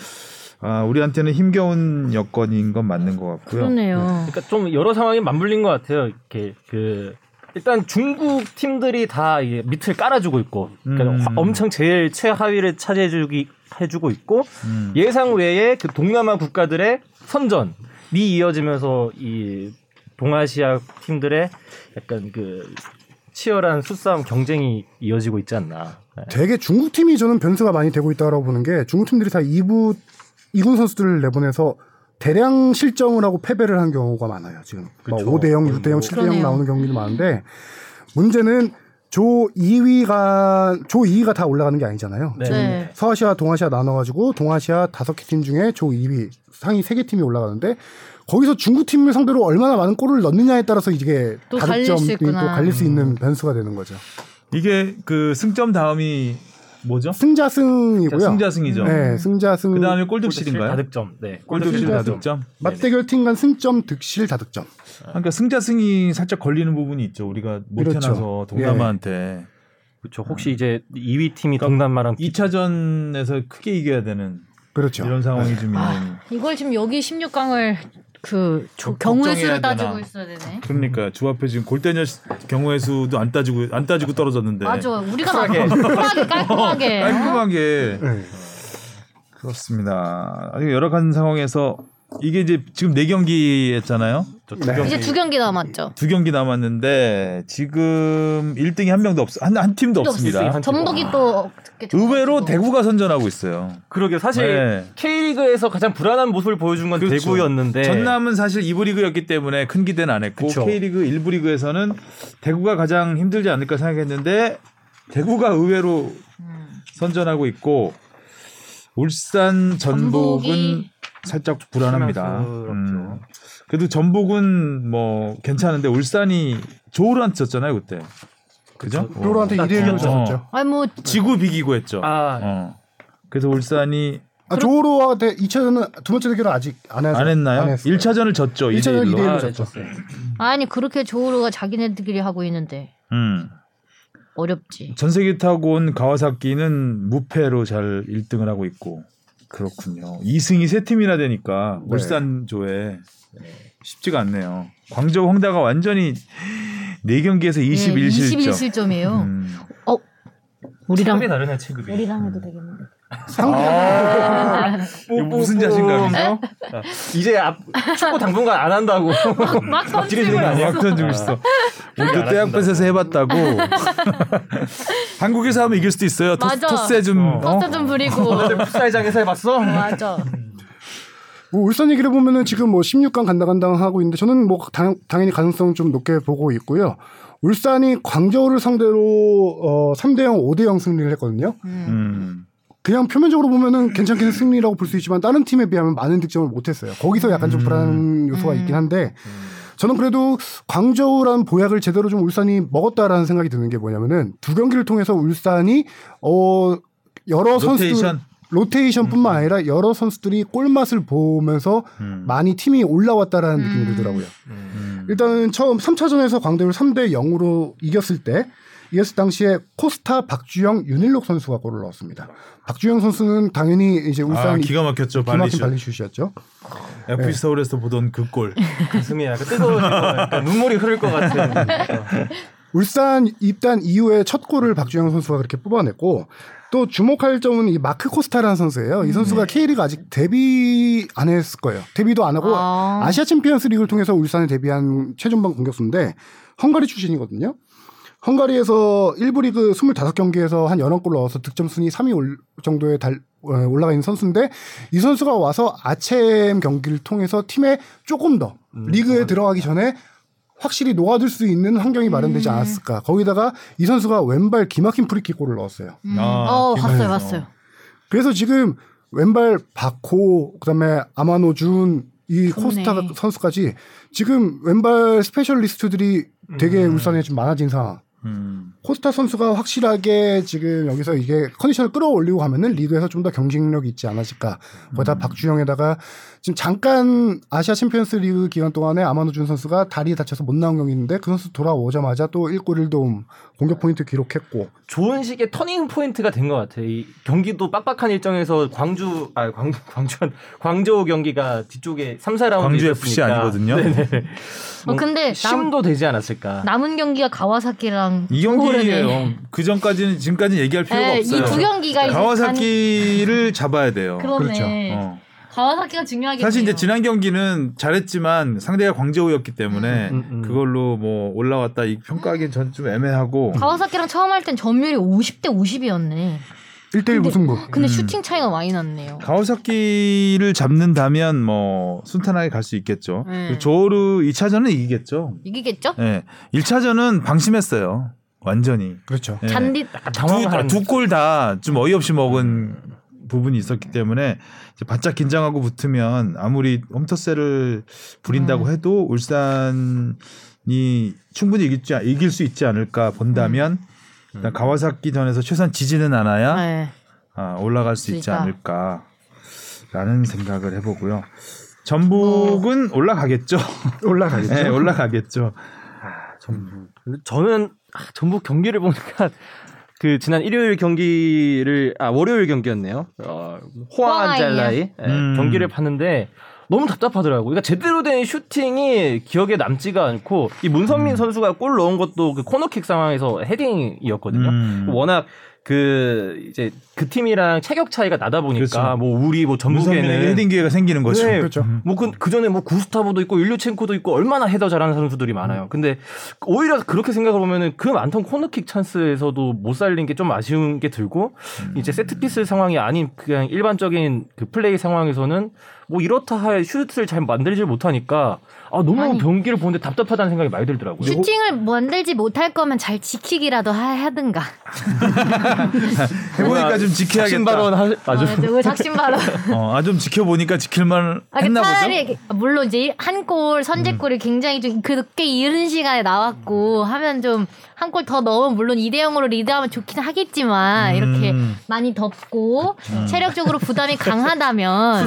Speaker 2: 아, 우리한테는 힘겨운 여건인 건 맞는 것 같고요.
Speaker 1: 그러네요.
Speaker 3: 그러니까 좀 여러 상황이 맞물린 것 같아요. 이렇게 그 일단 중국 팀들이 다 이게 밑을 깔아주고 있고 그러니까
Speaker 2: 음.
Speaker 3: 화- 엄청 제일 최하위를 차지해주기 해주고 있고
Speaker 2: 음.
Speaker 3: 예상 외에 그 동남아 국가들의 선전이 이어지면서 이 동아시아 팀들의 약간 그 치열한 수싸움 경쟁이 이어지고 있지 않나. 네.
Speaker 4: 되게 중국 팀이 저는 변수가 많이 되고 있다라고 보는 게 중국 팀들이 다 2부 2군 선수들을 내보내서 대량 실정을 하고 패배를 한 경우가 많아요. 지금 막
Speaker 3: 그쵸.
Speaker 4: 5대 0, 6대 0, 7대 0
Speaker 1: 그러네요. 음.
Speaker 4: 나오는 경기도 많은데 문제는 조 2위가 조 2위가 다 올라가는 게 아니잖아요.
Speaker 3: 네.
Speaker 1: 네.
Speaker 4: 서아시아, 동아시아 나눠가지고 동아시아 다섯 개 팀 중에 조 2위 상위 세 개 팀이 올라가는데 거기서 중국 팀을 상대로 얼마나 많은 골을 넣느냐에 따라서 이게
Speaker 1: 또 갈릴 수
Speaker 4: 다득점이 또
Speaker 1: 있구나.
Speaker 4: 갈릴 수 있는 변수가 되는 거죠.
Speaker 2: 이게 그 승점 다음이 뭐죠? 자,
Speaker 4: 승자승이고요.
Speaker 2: 승자승이죠.
Speaker 4: 네, 승자승
Speaker 2: 그 다음에
Speaker 3: 골득실
Speaker 2: 골득실인가요?
Speaker 3: 다득점. 네.
Speaker 2: 골득실
Speaker 4: 골득실
Speaker 2: 다득점.
Speaker 4: 맞대결 팀간 승점 득실 다득점.
Speaker 2: 그러니까 승자승이 살짝 걸리는 부분이 있죠. 우리가
Speaker 4: 그렇죠.
Speaker 2: 못해놔서 동남아한테
Speaker 3: 그렇죠. 혹시 이제 2위 팀이 동남아랑
Speaker 2: 그러니까 2차전에서 크게 이겨야 되는
Speaker 4: 그렇죠.
Speaker 2: 이런 상황이 좀 있는.
Speaker 1: 아, 이걸 지금 여기 16강을 그 조-
Speaker 2: 걱-
Speaker 1: 경우의
Speaker 2: 걱정해야
Speaker 1: 수를 따지고
Speaker 2: 되나.
Speaker 1: 있어야 되네.
Speaker 2: 그러니까 주합에 지금 골대녀 경우의 수도 안 따지고 안 따지고 떨어졌는데
Speaker 1: 맞아. 우리가 나쁘게 쿨하게 깔끔하게. 아.
Speaker 2: 깔끔하게
Speaker 4: 네.
Speaker 2: 그렇습니다. 아주 여러 가지 상황에서 이게 이제 지금 네 경기 했잖아요.
Speaker 3: 두
Speaker 4: 네.
Speaker 1: 어? 이제 두 경기 남았죠.
Speaker 2: 두 경기 남았는데 지금 1등이 한 명도 없어 한한 팀도
Speaker 1: 필요
Speaker 2: 없습니다.
Speaker 1: 없어요. 전북이 또 어떻게
Speaker 2: 의외로
Speaker 1: 져가지고.
Speaker 2: 대구가 선전하고 있어요.
Speaker 3: 그러게 사실
Speaker 2: 네.
Speaker 3: K리그에서 가장 불안한 모습을 보여준 건
Speaker 2: 그렇죠.
Speaker 3: 대구였는데
Speaker 2: 전남은 사실 2부 리그였기 때문에 큰 기대는 안 했고
Speaker 3: 네. 그쵸.
Speaker 2: K리그 1부 리그에서는 대구가 가장 힘들지 않을까 생각했는데 대구가 의외로
Speaker 1: 음.
Speaker 2: 선전하고 있고 울산 전북은
Speaker 1: 전북이-
Speaker 2: 살짝 불안합니다.
Speaker 3: 실망스럽죠.
Speaker 2: 음. 그래도 전북은 뭐 괜찮은데 울산이 조우한테 졌잖아요 그때. 그죠? 어.
Speaker 4: 로로한테
Speaker 3: 나
Speaker 4: 1대 1로
Speaker 3: 뒤졌죠.
Speaker 4: 졌었죠.
Speaker 1: 아니 뭐
Speaker 2: 지구 비기고 했죠.
Speaker 3: 아.
Speaker 2: 어. 그래서 울산이
Speaker 4: 아, 조로한테 2차전은 두 번째 대결은 아직 안 해서
Speaker 2: 안 했나요?
Speaker 4: 안 했어요.
Speaker 2: 1차전을 졌죠.
Speaker 4: 1차전
Speaker 2: 2대1로.
Speaker 4: 2대 1로
Speaker 3: 아, 네,
Speaker 4: 졌죠.
Speaker 3: 졌어요.
Speaker 1: 아니 그렇게 조우로가 자기네들끼리 하고 있는데
Speaker 2: 음.
Speaker 1: 어렵지.
Speaker 2: 전 세계 타고 온 가와사키는 무패로 잘 1등을 하고 있고 그렇군요. 2승이 세 팀이나 되니까
Speaker 4: 네.
Speaker 2: 울산조에 쉽지가 않네요. 광저우 홍다가 완전히 네 경기에서 21실점.
Speaker 1: 21실점이에요.
Speaker 2: 음.
Speaker 1: 우리랑
Speaker 3: 다르네 체급이.
Speaker 5: 우리랑 해도 되겠는데.
Speaker 1: 아.
Speaker 2: 이거
Speaker 4: 뭐,
Speaker 2: 무슨 자신감이죠?
Speaker 3: 이제 앞, 축구 당분간 안 한다고.
Speaker 1: 막 던지고
Speaker 3: 찌르시는 거 아니야?
Speaker 2: 대학 던지고
Speaker 4: 네.
Speaker 2: 있어. 우리도 대학배에서 해봤다고. 한국에서 하면 이길 수도 있어요. 토,
Speaker 1: 맞아.
Speaker 2: 토스에 좀. 어?
Speaker 1: 버스 좀 부리고.
Speaker 3: 풋사회장에서 해봤어?
Speaker 1: 맞아.
Speaker 4: 뭐 울산 얘기를 보면은 지금 뭐 16강 간당간당 하고 있는데 저는 뭐 당, 당연히 가능성 좀 높게 보고 있고요. 울산이 광저우를 상대로 어 3대 0, 5대 0 승리를 했거든요.
Speaker 2: 음.
Speaker 4: 그냥 표면적으로 보면은 괜찮게 승리라고 볼 수 있지만 다른 팀에 비하면 많은 득점을 못했어요. 거기서 약간 좀 불안 요소가 있긴 한데 저는 그래도 광저우라는 보약을 제대로 좀 울산이 먹었다라는 생각이 드는 게 뭐냐면은 두 경기를 통해서 울산이 어 여러 선수들
Speaker 2: 로테이션.
Speaker 4: 로테이션뿐만 아니라 여러 선수들이 꿀맛을 보면서
Speaker 2: 음.
Speaker 4: 많이 팀이 올라왔다라는 느낌이
Speaker 1: 음.
Speaker 4: 들더라고요.
Speaker 2: 음.
Speaker 4: 일단은 처음 3차전에서 광대를 3대 0으로 이겼을 때 이겼을 당시에 코스타, 박주영, 윤일록 선수가 골을 넣었습니다. 박주영 선수는 당연히 이제 울산
Speaker 2: 아,
Speaker 4: 이-
Speaker 2: 기가 막혔죠.
Speaker 4: 기가 막힌
Speaker 2: 발리슛.
Speaker 4: 발리슛이었죠. 네.
Speaker 2: FC 서울에서 보던 그 골.
Speaker 3: 가슴이 약간 뜨거워질 것 같아. 눈물이 흐를 것 같아.
Speaker 4: 울산 입단 이후에 첫 골을 박주영 선수가 그렇게 뽑아냈고 또 주목할 점은 이 마크 코스타라는 선수예요. 이 선수가 K리그 아직 데뷔 안 했을 거예요. 데뷔도 안 하고
Speaker 1: 아.
Speaker 4: 아시아 챔피언스 리그를 통해서 울산에 데뷔한 최전방 공격수인데 헝가리 출신이거든요. 헝가리에서 1부 리그 25경기에서 한 11골 넣어서 득점 순위 3위 정도에 달- 어, 올라가 있는 선수인데 이 선수가 와서 아챔 경기를 통해서 팀에 조금 더 리그에 들어가기 전에 확실히 녹아들 수 있는 환경이 마련되지 않았을까. 거기다가 이 선수가 왼발 기막힌 프리킥골을 넣었어요.
Speaker 1: 음.
Speaker 2: 아,
Speaker 1: 어, 봤어요,
Speaker 2: 기분이네요.
Speaker 1: 봤어요.
Speaker 4: 그래서 지금 왼발 바코 그다음에 아마노준
Speaker 1: 좋네.
Speaker 4: 이 코스타 선수까지 지금 왼발 스페셜리스트들이 되게 울산에 좀 많아진 상황.
Speaker 2: 음.
Speaker 4: 코스타 선수가 확실하게 지금 여기서 이게 컨디션을 끌어올리고 가면은 리그에서 좀 더 경쟁력이 있지 않았을까. 거기다 박주영에다가 지금 잠깐 아시아 챔피언스 리그 기간 동안에 아마노준 선수가 다리 다쳐서 못 나온 경기 있는데 그 선수 돌아오자마자 또 1골 1도움 공격 포인트 기록했고
Speaker 3: 좋은 식의 터닝 포인트가 된 것 같아. 이 경기도 빡빡한 일정에서 광주, 아, 광주, 광주, 광저우 경기가 뒤쪽에 3, 4라운드.
Speaker 2: 광주 FC 아니거든요.
Speaker 1: 어, 근데 남,
Speaker 3: 심도 되지 않았을까.
Speaker 1: 남은 경기가 가와사키랑
Speaker 2: 이
Speaker 1: 호르네.
Speaker 2: 경기예요. 그 전까지는 지금까지 얘기할 필요가
Speaker 1: 네,
Speaker 2: 없어요.
Speaker 1: 이두 경기가 이제
Speaker 2: 가와사키를 잡아야 돼요.
Speaker 1: 간- 그러네.
Speaker 2: 그렇죠. 어.
Speaker 1: 가와사키가 중요하겠네요.
Speaker 2: 사실 이제 지난 경기는 잘했지만 상대가 광저우였기 때문에
Speaker 3: 음, 음, 음.
Speaker 2: 그걸로 뭐 올라왔다 이 평가하기엔 전 좀 애매하고
Speaker 1: 가와사키랑 처음 할 땐 점유율이 50대 50이었네.
Speaker 4: 1대1 무승부.
Speaker 1: 근데
Speaker 2: 음.
Speaker 1: 슈팅 차이가 많이 났네요.
Speaker 2: 가와사키를 잡는다면 뭐 순탄하게 갈 수 있겠죠.
Speaker 1: 네.
Speaker 2: 그리고 조르 2차전은 이기겠죠.
Speaker 1: 이기겠죠?
Speaker 2: 예. 1차전은 방심했어요. 완전히.
Speaker 4: 그렇죠.
Speaker 2: 예.
Speaker 1: 잔디
Speaker 3: 아, 당황한-
Speaker 2: 두 골 다 좀 어이없이 먹은 부분이 있었기 때문에 이제 바짝 긴장하고 붙으면 아무리 홈터세를 부린다고 해도 울산이 충분히 이길, 수- 이길 수 있지 않을까 본다면 일단 가와사키전에서 최소한 지지는 않아야
Speaker 1: 네.
Speaker 2: 아, 올라갈 수 있지
Speaker 1: 있다.
Speaker 2: 않을까라는 생각을 해보고요. 전북은 올라가겠죠.
Speaker 4: 올라가겠죠.
Speaker 2: 네, 올라가겠죠. 음.
Speaker 3: 근데 저는 아, 전북 경기를 보니까 그 지난 일요일 경기를 아 월요일 경기였네요. 어, 호안
Speaker 1: 호황아이요.
Speaker 3: 잘라이 예,
Speaker 2: 음.
Speaker 3: 경기를 봤는데 너무 답답하더라고. 그러니까 제대로 된 슈팅이 기억에 남지가 않고 이
Speaker 2: 음.
Speaker 3: 문선민 선수가 골 넣은 것도 그 코너킥 상황에서 헤딩이었거든요.
Speaker 2: 음.
Speaker 3: 워낙 그 이제 그 팀이랑 체격 차이가 나다 보니까
Speaker 2: 그렇죠.
Speaker 3: 뭐 우리 뭐
Speaker 2: 문선민에게
Speaker 3: 전북에는
Speaker 2: 헤딩 기회가 생기는 거죠. 음.
Speaker 3: 네.
Speaker 4: 그렇죠.
Speaker 3: 뭐그 전에 뭐 구스타보도 있고 일류첸코도 있고 얼마나 헤더 잘하는 선수들이 많아요. 근데 오히려 그렇게 생각을 보면은 그 많던 코너킥 찬스에서도 못 살린 게 좀 아쉬운 게 들고
Speaker 2: 음.
Speaker 3: 이제 세트피스 상황이 아닌 그냥 일반적인 그 플레이 상황에서는 뭐 이렇다 할 슛을 잘 만들지 못하니까 아 너무
Speaker 1: 아니.
Speaker 3: 경기를 보는데 답답하다는 생각이 많이 들더라고요.
Speaker 1: 슈팅을 만들지 못할 거면 잘 지키기라도 하- 하든가.
Speaker 2: 해보니까 좀
Speaker 3: 자신
Speaker 2: 지켜야겠다.
Speaker 3: 발언 하, 아주
Speaker 1: 어, 이제 작심 바로.
Speaker 2: 어, 아, 좀 지켜보니까 지킬만
Speaker 1: 아, 그
Speaker 2: 했나
Speaker 1: 차라리
Speaker 2: 보죠.
Speaker 1: 이렇게- 물론 이제 한 골 선제골이 굉장히 좀 그렇게 이른 시간에 나왔고 하면 좀 한 골 더 넣으면 물론 2대 0으로 리드하면 좋긴 하겠지만 이렇게 많이 덥고 체력적으로 부담이 강하다면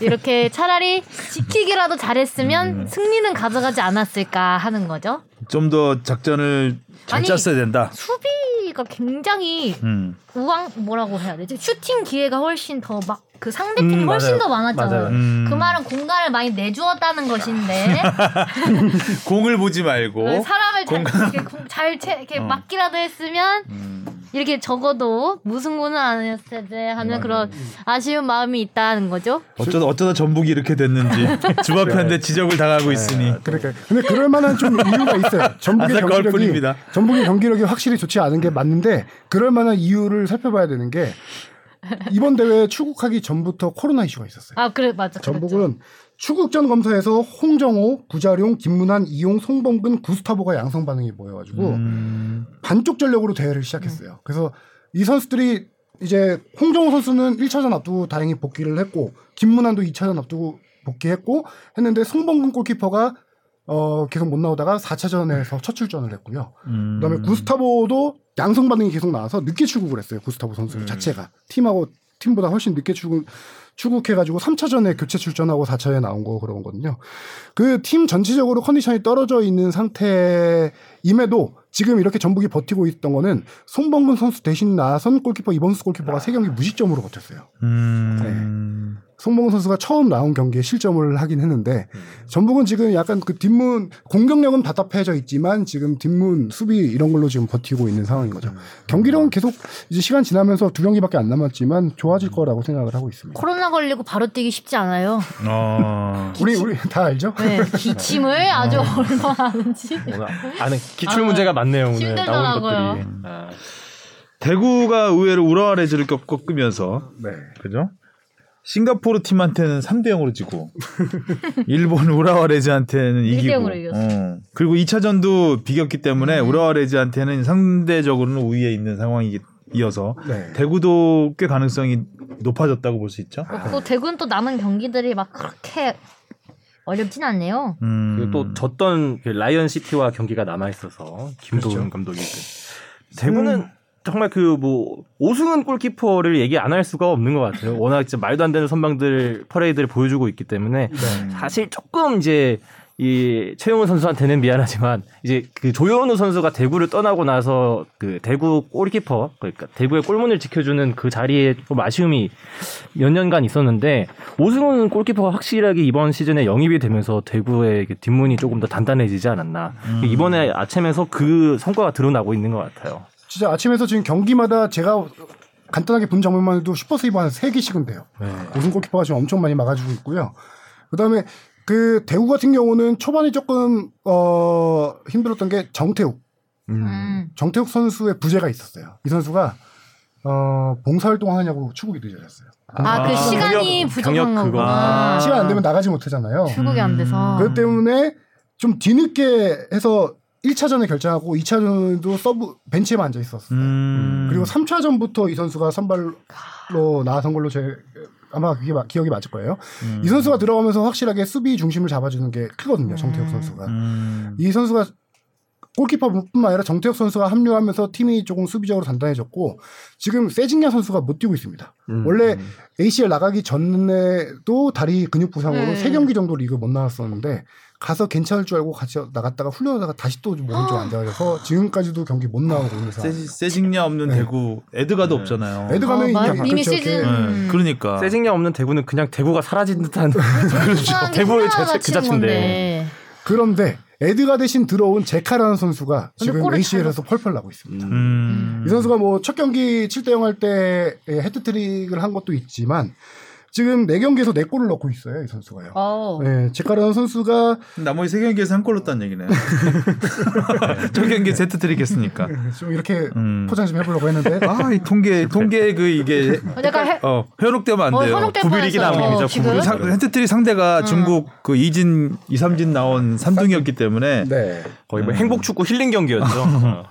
Speaker 1: 이렇게 차라리 지키기라도 잘했으면 승리는 가져가지 않았을까 하는 거죠.
Speaker 2: 좀 더 작전을 잘
Speaker 1: 아니,
Speaker 2: 짰어야 된다.
Speaker 1: 수비가 굉장히
Speaker 2: 음.
Speaker 1: 우왕 뭐라고 해야 되지? 슈팅 기회가 훨씬 더 막 그 상대팀이
Speaker 3: 음,
Speaker 1: 훨씬
Speaker 3: 맞아요.
Speaker 1: 더 많았잖아요.
Speaker 3: 맞아요.
Speaker 2: 음.
Speaker 1: 그 말은 공간을 많이 내주었다는 것인데
Speaker 2: 공을 보지 말고.
Speaker 1: 아, 사람을 잘, 이렇게 공- 잘 채, 이렇게
Speaker 2: 어.
Speaker 1: 막기라도 했으면
Speaker 2: 음.
Speaker 1: 이렇게 적어도 무승부는 아니었을 텐데 하는 그런 아쉬운 마음이 있다는 거죠.
Speaker 2: 어쩌다 어쩌다 전북이 이렇게 됐는지 주바피한테
Speaker 4: 네.
Speaker 2: 지적을 당하고 있으니.
Speaker 4: 그러니까 근데 그럴 만한 좀 이유가 있어요. 전북의
Speaker 2: 안타까울
Speaker 4: 경기력이
Speaker 2: 뿐입니다.
Speaker 4: 전북의 경기력이 확실히 좋지 않은 게 맞는데 그럴 만한 이유를 살펴봐야 되는 게 이번 대회에 출국하기 전부터 코로나 이슈가 있었어요.
Speaker 1: 아 그래 맞아.
Speaker 4: 전북은 출국 전 검사에서 홍정호, 구자룡, 김문환, 이용, 송범근, 구스타보가 양성 반응이 모여가지고
Speaker 2: 음.
Speaker 4: 반쪽 전력으로 대회를 시작했어요. 그래서 이 선수들이 이제 홍정호 선수는 1차전 앞두고 다행히 복귀를 했고 김문환도 2차전 앞두고 복귀했고 했는데 송범근 골키퍼가 어 계속 못 나오다가 4차전에서 첫 출전을 했고요.
Speaker 2: 음.
Speaker 4: 그다음에 구스타보도 양성 반응이 계속 나와서 늦게 출국을 했어요. 구스타보 선수 자체가 팀하고 팀보다 훨씬 늦게 출국 출국해가지고 3차전에 교체 출전하고 4차에 나온 거 그런 거거든요. 그 팀 전체적으로 컨디션이 떨어져 있는 상태임에도 지금 이렇게 전북이 버티고 있던 거는 손범근 선수 대신 나선 골키퍼 이범수 골키퍼가 세 경기 무실점으로 버텼어요.
Speaker 2: 음.
Speaker 4: 송봉 선수가 처음 나온 경기에 실점을 하긴 했는데 전북은 지금 약간 그 뒷문 공격력은 답답해져 있지만 지금 뒷문 수비 이런 걸로 지금 버티고 있는 상황인 거죠. 경기력은 계속 이제 시간 지나면서 두 경기밖에 안 남았지만 좋아질 거라고 생각을 하고 있습니다.
Speaker 1: 코로나 걸리고 바로 뛰기 쉽지 않아요.
Speaker 2: 어.
Speaker 4: 우리 우리 다 알죠?
Speaker 1: 네, 기침을 아주 얼마나 하는지.
Speaker 3: 오늘 아는 네. 기출 문제가 많네요 오늘 나온
Speaker 1: 힘들더라고요.
Speaker 3: 것들이. 아.
Speaker 2: 대구가 의외로 우라와레즈를 겪으면서
Speaker 4: 네.
Speaker 2: 그죠? 싱가포르 팀한테는 3대 0으로 지고 일본 우라와레즈한테는 이기고
Speaker 1: 영으로 이겼어요. 음.
Speaker 2: 어. 그리고 2차전도 비겼기 때문에 우라와레즈한테는 상대적으로는 우위에 있는 상황이어서
Speaker 4: 네.
Speaker 2: 대구도 꽤 가능성이 높아졌다고 볼 수 있죠.
Speaker 1: 또 대구는 또 남은 경기들이 막 그렇게 어렵진 않네요.
Speaker 2: 음.
Speaker 3: 그리고 또 졌던 그 라이언 시티와 경기가 남아 있어서 김도훈 그렇죠, 감독이 그 대구는 정말 그 뭐 오승은 골키퍼를 얘기 안 할 수가 없는 것 같아요. 워낙 진짜 말도 안 되는 선방들 퍼레이드를 보여주고 있기 때문에
Speaker 2: 네.
Speaker 3: 음. 사실 조금 이제 이 최용훈 선수한테는 미안하지만 이제 그 조현우 선수가 대구를 떠나고 나서 그 대구 골키퍼 그러니까 대구의 골문을 지켜주는 그 자리에 좀 아쉬움이 몇 년간 있었는데 오승훈 골키퍼가 확실하게 이번 시즌에 영입이 되면서 대구의 그 뒷문이 조금 더 단단해지지 않았나 이번에 아침에서 그 성과가 드러나고 있는 것 같아요.
Speaker 4: 진짜 아침에서 지금 경기마다 제가 간단하게 본 장면만 해도 슈퍼 세이브 한세 개씩은 돼요.
Speaker 2: 네.
Speaker 4: 우승 골키퍼가 지금 엄청 많이 막아주고 있고요. 그다음에 그 대구 같은 경우는 초반에 조금 어 힘들었던 게 정태욱
Speaker 1: 음.
Speaker 4: 정태욱 선수의 부재가 있었어요. 이 선수가 어 봉사활동 하냐고 추국이 늦어졌어요.
Speaker 1: 아, 그
Speaker 3: 아,
Speaker 1: 시간이
Speaker 3: 경력-
Speaker 1: 부족한 아.
Speaker 3: 경력 그거.
Speaker 1: 거구나.
Speaker 4: 시간 안 되면 나가지 아. 못하잖아요.
Speaker 1: 출국이 안 돼서.
Speaker 4: 음. 그것 때문에 좀 뒤늦게 해서 1차전에 결정하고 2차전도 서브 벤치에만 앉아 있었어요.
Speaker 2: 음.
Speaker 4: 그리고 3차전부터 이 선수가 선발로 나선 걸로 제 아마 그게 마- 기억이 맞을 거예요.
Speaker 2: 음.
Speaker 4: 이 선수가 들어가면서 확실하게 수비 중심을 잡아주는 게 크거든요. 정태욱 선수가.
Speaker 2: 음.
Speaker 4: 이 선수가 골키퍼뿐만 아니라 정태욱 선수가 합류하면서 팀이 조금 수비적으로 단단해졌고 지금 세징야 선수가 못 뛰고 있습니다.
Speaker 3: 음.
Speaker 4: 원래
Speaker 2: 음.
Speaker 4: ACL 나가기 전에도 다리 근육 부상으로
Speaker 1: 네.
Speaker 4: 세 3경기 정도 리그 못 나왔었는데 가서 괜찮을 줄 알고 같이 나갔다가 훈련하다가 다시 또 몸이 좀 안 좋아져서 지금까지도 경기 못 나오고 있는 상황.
Speaker 2: 세지- 세징야 없는 대구 에드가도 없잖아요.
Speaker 4: 네. 에드-
Speaker 1: 어,
Speaker 4: 들어가면
Speaker 1: 맞-
Speaker 4: 이미
Speaker 1: 이미
Speaker 4: 그렇죠,
Speaker 1: 시즌.
Speaker 4: 이렇게.
Speaker 2: 네, 그러니까
Speaker 3: 세징야 없는 대구는 그냥 대구가 사라진 듯한
Speaker 1: 이상하게
Speaker 3: 대구의
Speaker 1: 그렇죠. 생각하다
Speaker 3: 제- 그
Speaker 1: 치는
Speaker 3: 자체인데.
Speaker 4: 네.
Speaker 1: 건데.
Speaker 4: 그런데 에드가 대신 들어온 제카라는 선수가
Speaker 1: 근데
Speaker 4: 지금
Speaker 1: 골을
Speaker 4: ACL에서 펄펄 나고 있습니다.
Speaker 2: 음.
Speaker 4: 이 선수가 뭐 첫 경기 7대 0 할 때 헤트트릭을 한 것도 있지만 지금 네경기에서네골을 넣고 있어요, 이 선수가요.
Speaker 1: 어.
Speaker 4: 네, 제카라는 선수가
Speaker 2: 나머지 세 경기에서 한 골 넣었다는 얘기네요. 저 경기 세트 드리겠으니까.
Speaker 4: 좀 이렇게
Speaker 2: 음.
Speaker 4: 포장 좀 해보려고 했는데
Speaker 2: 아 이 통계 통계 그 이게
Speaker 1: 약간 해,
Speaker 2: 어 현혹되면 안
Speaker 1: 어,
Speaker 2: 돼요.
Speaker 1: 현혹될
Speaker 3: 구비리기
Speaker 1: 뻔했어요. 음.
Speaker 3: 남입니다,
Speaker 1: 어, 지금.
Speaker 3: 구비리기.
Speaker 2: 상- 헤트트릭 상대가 중국 그 이진 이삼진 나온 삼둥이었기 때문에
Speaker 4: 네.
Speaker 3: 거의 뭐 행복 축구 힐링 경기였죠. 어.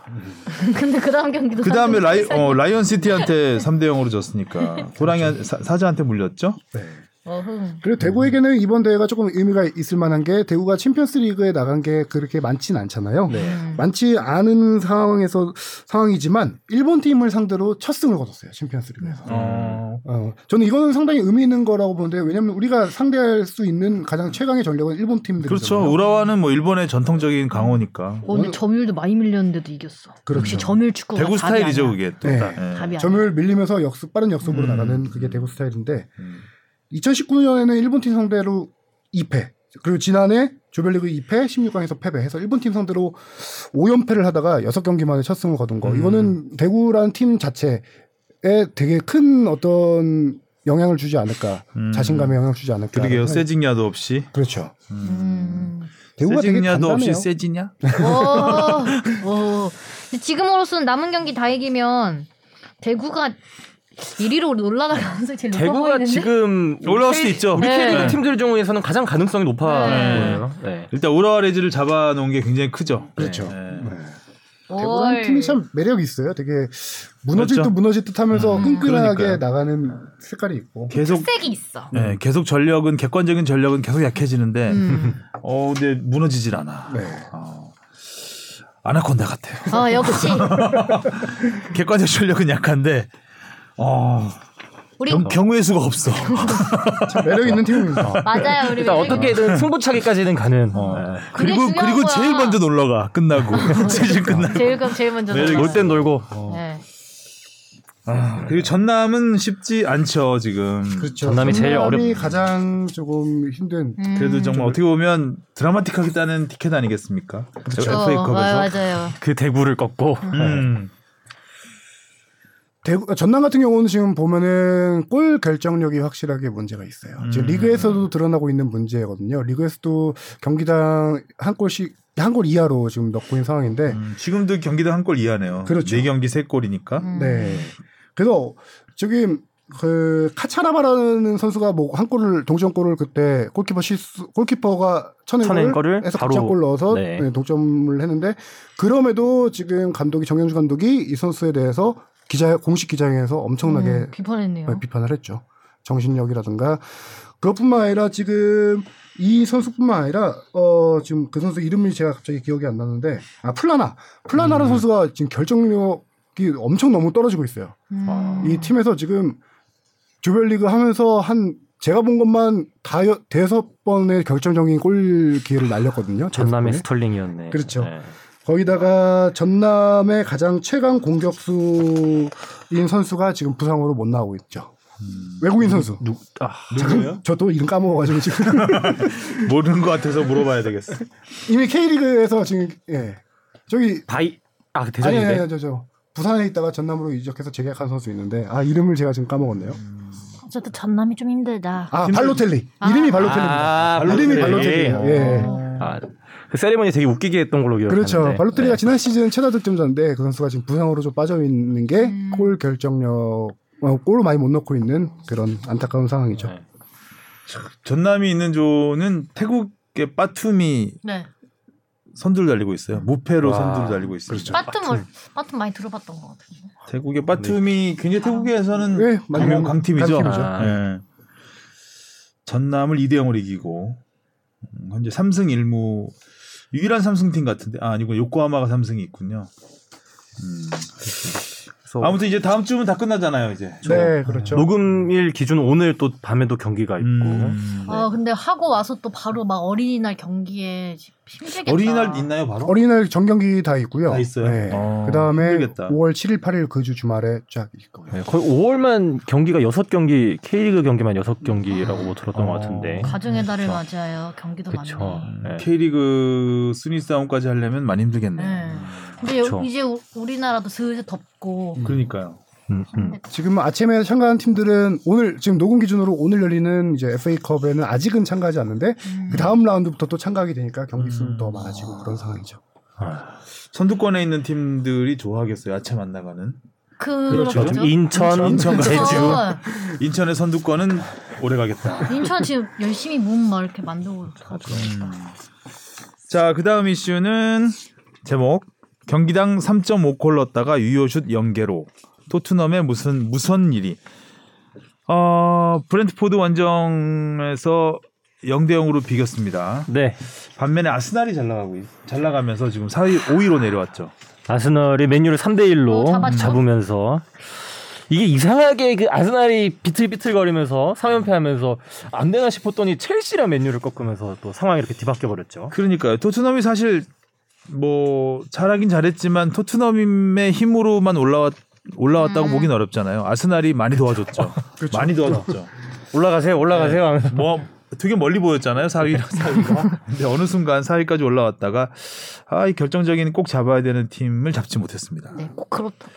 Speaker 1: 근데 그 다음 경기도
Speaker 2: 그 다음에
Speaker 1: 사실-
Speaker 2: 라이 어 라이언 시티한테 3대 0으로 졌으니까 호랑이 사, 사자한테 물렸죠.
Speaker 4: 네.
Speaker 1: 어흥.
Speaker 4: 그리고 대구에게는 이번 대회가 조금 의미가 있을 만한 게 대구가 챔피언스리그에 나간 게 그렇게 많진 않잖아요.
Speaker 2: 네.
Speaker 4: 많지 않은 상황에서 상황이지만 일본 팀을 상대로 첫 승을 거뒀어요 챔피언스리그에서.
Speaker 2: 어.
Speaker 4: 어, 저는 이거는 상당히 의미 있는 거라고 보는데 왜냐하면 우리가 상대할 수 있는 가장 최강의 전력은 일본 팀들이죠.
Speaker 2: 음. 그렇죠. 우라와는 뭐 일본의 전통적인 강호니까.
Speaker 1: 어, 근데 점유율도 많이 밀렸는데도 이겼어.
Speaker 4: 그렇죠.
Speaker 1: 역시 점유율 축구가
Speaker 2: 대구
Speaker 1: 답이
Speaker 2: 스타일이죠,
Speaker 1: 아니야.
Speaker 2: 그게 또.
Speaker 4: 네.
Speaker 2: 딱. 예.
Speaker 1: 답이 아니야.
Speaker 4: 점유율 밀리면서 역습 빠른 역습으로
Speaker 2: 음.
Speaker 4: 나가는 그게 대구 스타일인데
Speaker 2: 음.
Speaker 4: 2019년에는 일본 팀 상대로 2패 그리고 지난해 조별리그 2패 16강에서 패배해서 일본 팀 상대로 5연패를 하다가 6경기 만에 첫 승을 거둔 거
Speaker 2: 음.
Speaker 4: 이거는 대구라는 팀 자체에 되게 큰 어떤 영향을 주지 않을까
Speaker 2: 음.
Speaker 4: 자신감에 영향을 주지 않을까
Speaker 2: 그러게요.
Speaker 4: 생각이-
Speaker 2: 세징야도 없이.
Speaker 4: 그렇죠
Speaker 1: 음.
Speaker 4: 대구가 되게
Speaker 2: 세징야도
Speaker 4: 간단해요
Speaker 2: 없이 세지냐?
Speaker 1: 오, 오. 근데 지금으로서는 남은 경기 다 이기면 대구가 1위로 올라갈 가능성이 제일 높아
Speaker 3: 대구가
Speaker 1: 보이는데.
Speaker 3: 지금
Speaker 2: 올라올 수도 있죠.
Speaker 3: 우리
Speaker 1: 네.
Speaker 3: K리그 팀들 중에서는 가장 가능성이 높아
Speaker 1: 네.
Speaker 3: 보여요. 네.
Speaker 2: 일단 우라와 레즈를 잡아놓은 게 굉장히 크죠.
Speaker 4: 그렇죠
Speaker 2: 예.
Speaker 1: 네. 올.
Speaker 4: 대구라는 팀이 참 매력이 있어요 되게 무너질
Speaker 2: 그렇죠.
Speaker 4: 듯 무너질 듯 하면서
Speaker 1: 음.
Speaker 4: 끈끈하게
Speaker 2: 그러니까요.
Speaker 4: 나가는 색깔이 있고
Speaker 2: 계속
Speaker 1: 색이 있어.
Speaker 2: 예, 계속 전력은 객관적인 전력은 계속 약해지는데
Speaker 1: 음.
Speaker 2: 어 근데 무너지질 않아.
Speaker 4: 네.
Speaker 2: 어. 아나콘다 같아요.
Speaker 1: 어, 역시
Speaker 2: 객관적 전력은 약한데 어,
Speaker 1: 우리
Speaker 2: 경, 경우의 수가 없어.
Speaker 4: 참 매력 있는 팀입니다
Speaker 2: 어.
Speaker 1: 맞아요. 우리
Speaker 3: 일단
Speaker 1: 매력이.
Speaker 3: 어떻게든 승부차기까지는 가는.
Speaker 4: 어.
Speaker 3: 네.
Speaker 1: 그게
Speaker 2: 그리고
Speaker 1: 중요한
Speaker 2: 그리고
Speaker 1: 거야. 그러니까.
Speaker 2: 제일 먼저 놀러 가. 끝나고 시즌 끝나.
Speaker 1: 제일 그럼 제일 먼저
Speaker 4: 네,
Speaker 3: 놀
Speaker 1: 놀아요.
Speaker 3: 땐 놀고.
Speaker 4: 어.
Speaker 1: 네.
Speaker 2: 아, 그리고 전남은 쉽지 않죠 지금.
Speaker 4: 그렇죠.
Speaker 3: 전남이 제일 어렵-
Speaker 4: 가장 조금 힘든
Speaker 1: 음.
Speaker 2: 그래도 정말 어떻게 보면 드라마틱하게 따는 티켓 아니겠습니까? 그렇죠.
Speaker 1: 어,
Speaker 2: FA컵에서.
Speaker 1: 맞- 맞아요.
Speaker 3: 그 대구를 꺾고. 네.
Speaker 2: 음.
Speaker 4: 대구, 어, 전남 같은 경우는 지금 보면은 골 결정력이 확실하게 문제가 있어요. 지금
Speaker 2: 음.
Speaker 4: 리그에서도 드러나고 있는 문제거든요. 리그에서도 경기당 한 골씩 한 골 이하로 지금 넣고 있는 상황인데
Speaker 2: 음, 지금도 경기도 한 골 이하네요.
Speaker 4: 그렇죠.
Speaker 2: 네 경기 세 골이니까.
Speaker 1: 음.
Speaker 4: 네. 그래서 저기 그 카차나바라는 선수가 뭐 한 골을 동점골을 그때 골키퍼 실수 골키퍼가
Speaker 3: 쳐낸
Speaker 4: 쳐낸
Speaker 3: 골을
Speaker 4: 골을 해서
Speaker 3: 바로-
Speaker 4: 동점골 넣어서
Speaker 3: 네.
Speaker 4: 네, 동점을 했는데 그럼에도 지금 감독이 정영주 감독이 이 선수에 대해서 기자 공식 기자회에서 엄청나게
Speaker 1: 음, 비판했네요.
Speaker 4: 네, 비판을 했죠. 정신력이라든가 그것뿐만 아니라 지금 이 선수뿐만 아니라 어 지금 그 선수 이름이 제가 갑자기 기억이 안 나는데 아 플라나 플라나라는
Speaker 3: 음.
Speaker 4: 선수가 지금 결정력이 엄청 너무 떨어지고 있어요.
Speaker 1: 음.
Speaker 4: 이 팀에서 지금 조별리그 하면서 한 제가 본 것만 다 여- 대여섯 번의 결정적인 골 기회를 날렸거든요.
Speaker 3: 전남의
Speaker 4: 대여섯 번에.
Speaker 3: 스털링이었네.
Speaker 4: 그렇죠.
Speaker 3: 네.
Speaker 4: 거기다가 전남의 가장 최강 공격수인 선수가 지금 부상으로 못 나오고 있죠.
Speaker 3: 음.
Speaker 4: 외국인 선수.
Speaker 3: 누, 아,
Speaker 2: 누구예요?
Speaker 4: 저도 이름 까먹어가지고 지금
Speaker 2: 모르는 것 같아서 물어봐야 되겠어.
Speaker 4: 이미 K리그에서 지금 예 저기
Speaker 3: 바이. 아, 그
Speaker 4: 아니
Speaker 3: 대전인데.
Speaker 4: 아니 아니 저저 부산에 있다가 전남으로 이적해서 재계약한 선수 있는데 아 이름을 제가 지금 까먹었네요.
Speaker 1: 어쨌든 전남이 좀 힘들다.
Speaker 4: 아 발로텔리 이름이 발로텔리입니다.
Speaker 3: 아,
Speaker 4: 이름이
Speaker 3: 발로텔리.
Speaker 4: 발로텔리예요. 예.
Speaker 3: 아, 그 세리머니 되게 웃기게 했던 걸로 기억하는데.
Speaker 4: 그렇죠. 발로텔리가
Speaker 3: 네.
Speaker 4: 지난 시즌 최다 득점자인데 그 선수가 지금 부상으로 좀 빠져 있는 게
Speaker 1: 음.
Speaker 4: 골 결정력 어, 골을 많이 못 넣고 있는 그런 안타까운 상황이죠.
Speaker 3: 네.
Speaker 2: 전남이 있는 조는 태국의 빠툼이
Speaker 1: 네.
Speaker 2: 선두를 달리고 있어요. 무패로
Speaker 3: 와,
Speaker 2: 선두를 달리고
Speaker 1: 그렇죠.
Speaker 2: 있습니다.
Speaker 1: 빠툼을 빠툼 많이 들어봤던 것 같은데.
Speaker 2: 태국의 빠툼이 굉장히 태국에서는
Speaker 4: 네,
Speaker 2: 강력
Speaker 4: 맞아요.
Speaker 2: 강팀이죠.
Speaker 4: 강팀이죠.
Speaker 2: 아. 예. 전남을 2대 0으로 이기고 음, 현재 3승 1무 유일한 삼승팀 같은데 아, 아니고 요코하마가 3승이 있군요. 음.
Speaker 3: 그래서
Speaker 2: 아무튼 이제 다음 주면 다 끝나잖아요, 이제.
Speaker 4: 네, 그렇죠.
Speaker 3: 녹음일 기준 오늘 또 밤에도 경기가 있고.
Speaker 2: 음.
Speaker 1: 아 근데 하고 와서 또 바로 막 어린이날 경기에 힘들겠다.
Speaker 2: 어린이날 있나요, 바로?
Speaker 4: 어린이날 전경기 다 있고요.
Speaker 2: 다 있어요?
Speaker 4: 네.
Speaker 2: 어,
Speaker 4: 그 다음에
Speaker 2: 힘들겠다.
Speaker 4: 5월 7일, 8일 그 주 주말에 쫙 있을 거예요.
Speaker 3: 네, 거의 5월만 경기가 6경기, K리그 경기만 6경기라고 뭐 들었던 것 같은데.
Speaker 1: 가정의 달을 맞아요. 경기도
Speaker 3: 그쵸.
Speaker 1: 많네.
Speaker 3: 네.
Speaker 2: K리그 순위 싸움까지 하려면 많이 힘들겠네요.
Speaker 1: 네. 근데 여-
Speaker 3: 그쵸.
Speaker 1: 이제 우- 우리나라도 슬슬 덥고.
Speaker 2: 그러니까요.
Speaker 3: 음,
Speaker 1: 네,
Speaker 3: 음.
Speaker 4: 지금 아침에 참가한 팀들은 오늘 지금 녹음 기준으로 오늘 열리는 이제 FA컵에는 아직은 참가하지 않는데 그 다음 라운드부터 또 참가하게 되니까 경기 수는 더 많아지고 그런 상황이죠.
Speaker 2: 선두권에 있는 팀들이 좋아하겠어요. 아침 안 나가는.
Speaker 1: 그렇죠.
Speaker 3: 지금 인천,
Speaker 2: 인천,
Speaker 3: 제주.
Speaker 1: 어,
Speaker 2: 인천의 선두권은 오래 가겠다.
Speaker 1: 인천 지금 열심히 몸 막 이렇게 만들고 있다.
Speaker 2: 자, 그 다음 이슈는 제목 경기당 3.5골 넣었다가 유효슛 연계로 토트넘의 무슨 무선 일이 어, 브랜트포드 원정에서 0대 0으로 비겼습니다.
Speaker 3: 네.
Speaker 2: 반면에 아스날이 잘 나가고 있- 잘 나가면서 지금 4위 5위로 내려왔죠.
Speaker 3: 아스널이 맨유를 3대
Speaker 1: 어,
Speaker 3: 1로
Speaker 1: 잡았죠.
Speaker 3: 잡으면서 이게 이상하게 그 아스날이 비틀비틀거리면서 3연패하면서 안 되나 싶었더니 첼시랑 맨유를 꺾으면서 또 상황이 이렇게 뒤바뀌어 버렸죠.
Speaker 2: 그러니까요. 토트넘이 사실 뭐 잘하긴 잘했지만 토트넘의 힘으로만 올라왔 올라왔다고 보긴 어렵잖아요. 아스날이 많이 도와줬죠. 많이 도와줬죠.
Speaker 3: 그렇죠. 올라가세요, 올라가세요. 하면서
Speaker 2: 뭐 되게 멀리 보였잖아요. 4위랑 4위가. 근데 어느 순간 4위까지 올라왔다가 아, 이 결정적인 꼭 잡아야 되는 팀을 잡지 못했습니다.
Speaker 1: 네, 꼭 그렇다.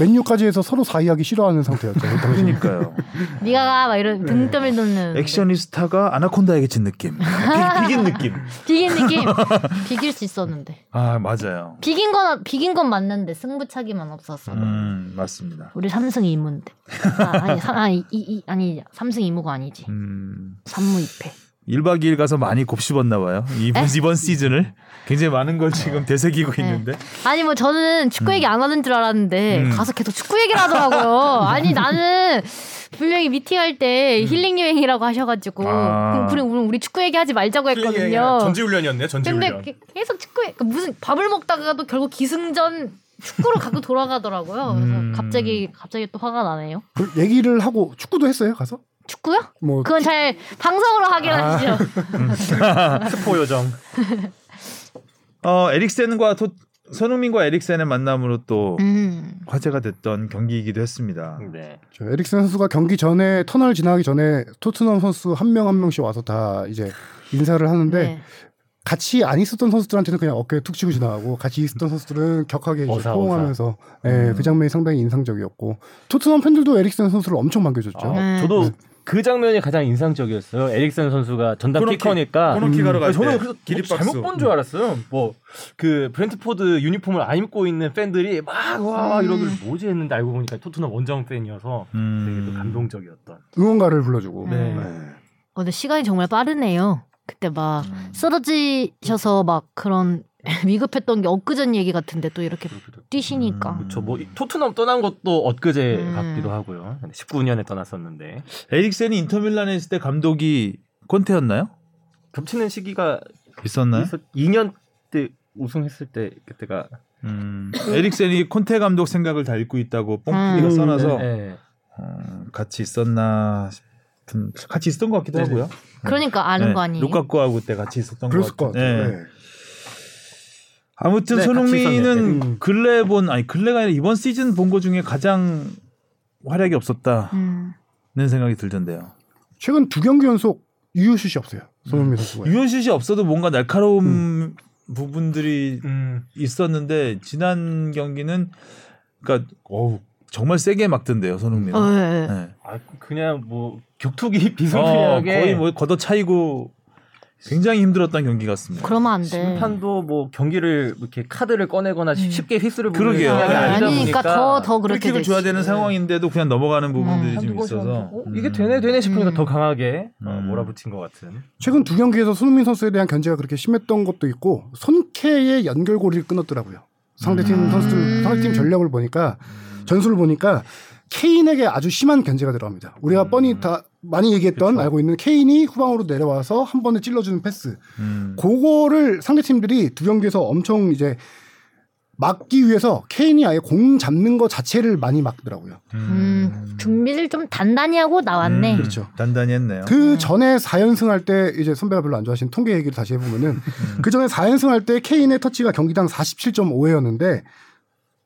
Speaker 4: 맨유까지 해서 서로 사이하기 싫어하는 상태였잖아요. 그 당시.
Speaker 2: 그러니까요.
Speaker 1: 네가 가, 막 이런 등 떠밀도는 네.
Speaker 2: 액션이스타가 아나콘다에게 진 느낌. 비, 긴 느낌.
Speaker 1: 비긴 느낌 비길 수 있었는데
Speaker 2: 아, 맞아요.
Speaker 1: 비긴 건 비긴 건 맞는데 승부차기만 없었어.
Speaker 2: 음, 맞습니다.
Speaker 1: 우리 삼승 이무인데 아, 아니 삼, 아니 이, 이 아니 삼승 이무가 아니지
Speaker 2: 음.
Speaker 1: 삼무 이패.
Speaker 2: 1박 2일 가서 많이 곱씹었나 봐요. 이번, 이번 시즌을 굉장히 많은 걸 지금 되새기고
Speaker 1: 네.
Speaker 2: 있는데.
Speaker 1: 아니 뭐 저는 축구 얘기 안 하는 줄 알았는데
Speaker 2: 음.
Speaker 1: 가서 계속 축구 얘기를 하더라고요. 아니 나는 분명히 미팅할 때 힐링 여행이라고 하셔가지고
Speaker 2: 아.
Speaker 1: 그럼 그래 우리, 우리 축구 얘기하지 말자고 했거든요.
Speaker 5: 전지훈련이었네요.
Speaker 1: 근데
Speaker 5: 전지훈련.
Speaker 1: 게- 계속 축구 얘- 그 무슨 밥을 먹다가도 결국 기승전 축구로 갖고 돌아가더라고요. 그래서
Speaker 2: 음.
Speaker 1: 갑자기 갑자기 또 화가 나네요.
Speaker 4: 그 얘기를 하고 축구도 했어요 가서.
Speaker 1: 축구요? 아.
Speaker 4: 뭐
Speaker 1: 그건 잘 방송으로 하긴 하시죠.
Speaker 3: 스포 요정.
Speaker 2: 어, 에릭센과 토, 손흥민과 에릭센의 만남으로 또
Speaker 1: 음.
Speaker 2: 화제가 됐던 경기이기도 했습니다.
Speaker 3: 네.
Speaker 4: 저 에릭슨 선수가 경기 전에 터널 지나기 전에 토트넘 선수 한 명 한 명씩 와서 다 이제 인사를 하는데
Speaker 1: 네.
Speaker 4: 같이 안 있었던 선수들한테는 그냥 어깨에 툭 치고 지나가고 같이 있었던 선수들은 격하게 이제
Speaker 3: 어사,
Speaker 4: 포옹하면서 예, 그 장면이 상당히 인상적이었고 토트넘 팬들도 에릭슨 선수를 엄청 반겨줬죠.
Speaker 3: 아,
Speaker 1: 네.
Speaker 3: 저도 그 장면이 가장 인상적이었어요. 에릭센 선수가 전담
Speaker 2: 코너킥,
Speaker 3: 키커니까
Speaker 2: 코너킥하러 갈
Speaker 3: 아, 음, 저는
Speaker 2: 때
Speaker 3: 그래서
Speaker 2: 기립박수. 음.
Speaker 3: 잘못 본 줄 알았어요. 뭐 그 브랜트포드 유니폼을 안 입고 있는 팬들이 막 와
Speaker 2: 음.
Speaker 3: 이러길 뭐지 했는데 알고 보니까 토트넘 원정 팬이어서 되게 또
Speaker 2: 음.
Speaker 3: 감동적이었던.
Speaker 4: 응원가를 불러주고
Speaker 3: 네.
Speaker 1: 어, 근데 시간이 정말 빠르네요. 그때 막
Speaker 2: 음.
Speaker 1: 쓰러지셔서 막 그런 위급했던 게 엊그전 얘기 같은데 또 이렇게 뛰시니까
Speaker 2: 음.
Speaker 3: 저뭐 토트넘 떠난 것도 엊그제
Speaker 1: 음.
Speaker 3: 같기도 하고요. 네, 19년에 떠났었는데
Speaker 2: 에릭센이 인터밀란에 있을 때 감독이 콘테였나요?
Speaker 3: 겹치는 시기가
Speaker 2: 있었나요?
Speaker 3: 있었- 2년 때 우승했을 때 그때가
Speaker 2: 음, 에릭센이 콘테 감독 생각을 다 읽고 있다고 뽕피디가
Speaker 1: 음.
Speaker 2: 써놔서
Speaker 3: 네.
Speaker 2: 어, 같이 있었나 싶은 같이 있었던 것 같기도
Speaker 3: 네네.
Speaker 2: 하고요.
Speaker 1: 그러니까 아는
Speaker 2: 네,
Speaker 1: 거 아니에요?
Speaker 2: 루카쿠하고 때 같이 있었던
Speaker 4: 그랬을
Speaker 2: 것
Speaker 4: 것
Speaker 2: 같아요.
Speaker 4: 같아요.
Speaker 2: 네. 아무튼
Speaker 3: 네, 같이
Speaker 2: 손흥민은 음.
Speaker 3: 있었네요.
Speaker 2: 근래 본 아니 근래가 아니라 이번 시즌 본 거 중에 가장 활약이 없었다는
Speaker 1: 음.
Speaker 2: 생각이 들던데요.
Speaker 4: 최근 두 경기 연속 유효슛이 없어요. 손흥민 선수가.
Speaker 2: 유효슛이 없어도 뭔가 날카로운 부분들이
Speaker 5: 음.
Speaker 2: 있었는데 지난 경기는 그러니까 어우, 정말 세게 막던데요 손흥민.
Speaker 1: 어,
Speaker 2: 은
Speaker 1: 예, 예.
Speaker 2: 네.
Speaker 3: 아, 그냥 뭐 격투기
Speaker 2: 어,
Speaker 3: 비슷하게
Speaker 2: 거의 뭐 걷어 차이고 굉장히 힘들었던 경기 같습니다.
Speaker 1: 그러면 안 돼.
Speaker 3: 심판도 뭐 경기를 이렇게 카드를 꺼내거나 쉽-
Speaker 1: 네. 음.
Speaker 3: 쉽게 휘슬을 부는
Speaker 2: 그러게요.
Speaker 3: 상황이
Speaker 2: 아니다
Speaker 1: 아니,
Speaker 3: 아니다
Speaker 1: 그러니까
Speaker 3: 보니까
Speaker 1: 더 더 그렇게
Speaker 2: 킥을
Speaker 1: 되지.
Speaker 2: 줘야 되는 상황인데도 그냥 넘어가는 부분들이
Speaker 1: 음,
Speaker 2: 좀 있어서
Speaker 3: 어, 이게 되네 되네 싶으니까
Speaker 1: 음.
Speaker 3: 더 강하게 어,
Speaker 2: 음.
Speaker 3: 몰아붙인 것 같은.
Speaker 4: 최근 두 경기에서 손흥민 선수에 대한 견제가 그렇게 심했던 것도 있고 손케의 연결고리를 끊었더라고요. 상대팀
Speaker 2: 음.
Speaker 4: 선수들 상대팀 전략을 보니까 전술을 보니까 케인에게 아주 심한 견제가 들어갑니다. 우리가 뻔히 다 많이 얘기했던 알고 있는 케인이 후방으로 내려와서 한 번에 찔러주는 패스.
Speaker 2: 음.
Speaker 4: 그거를 상대팀들이 두 경기에서 엄청 이제 막기 위해서 케인이 아예 공 잡는 거 자체를 많이 막더라고요.
Speaker 1: 음, 준비를 좀 단단히 하고 나왔네.
Speaker 2: 음,
Speaker 4: 그렇죠.
Speaker 2: 단단히 했네요.
Speaker 4: 그 전에 4연승 할 때 이제 선배가 별로 안 좋아하시는 통계 얘기를 다시 해보면은 그 전에 4연승 할 때 케인의 터치가 경기당 47.5회였는데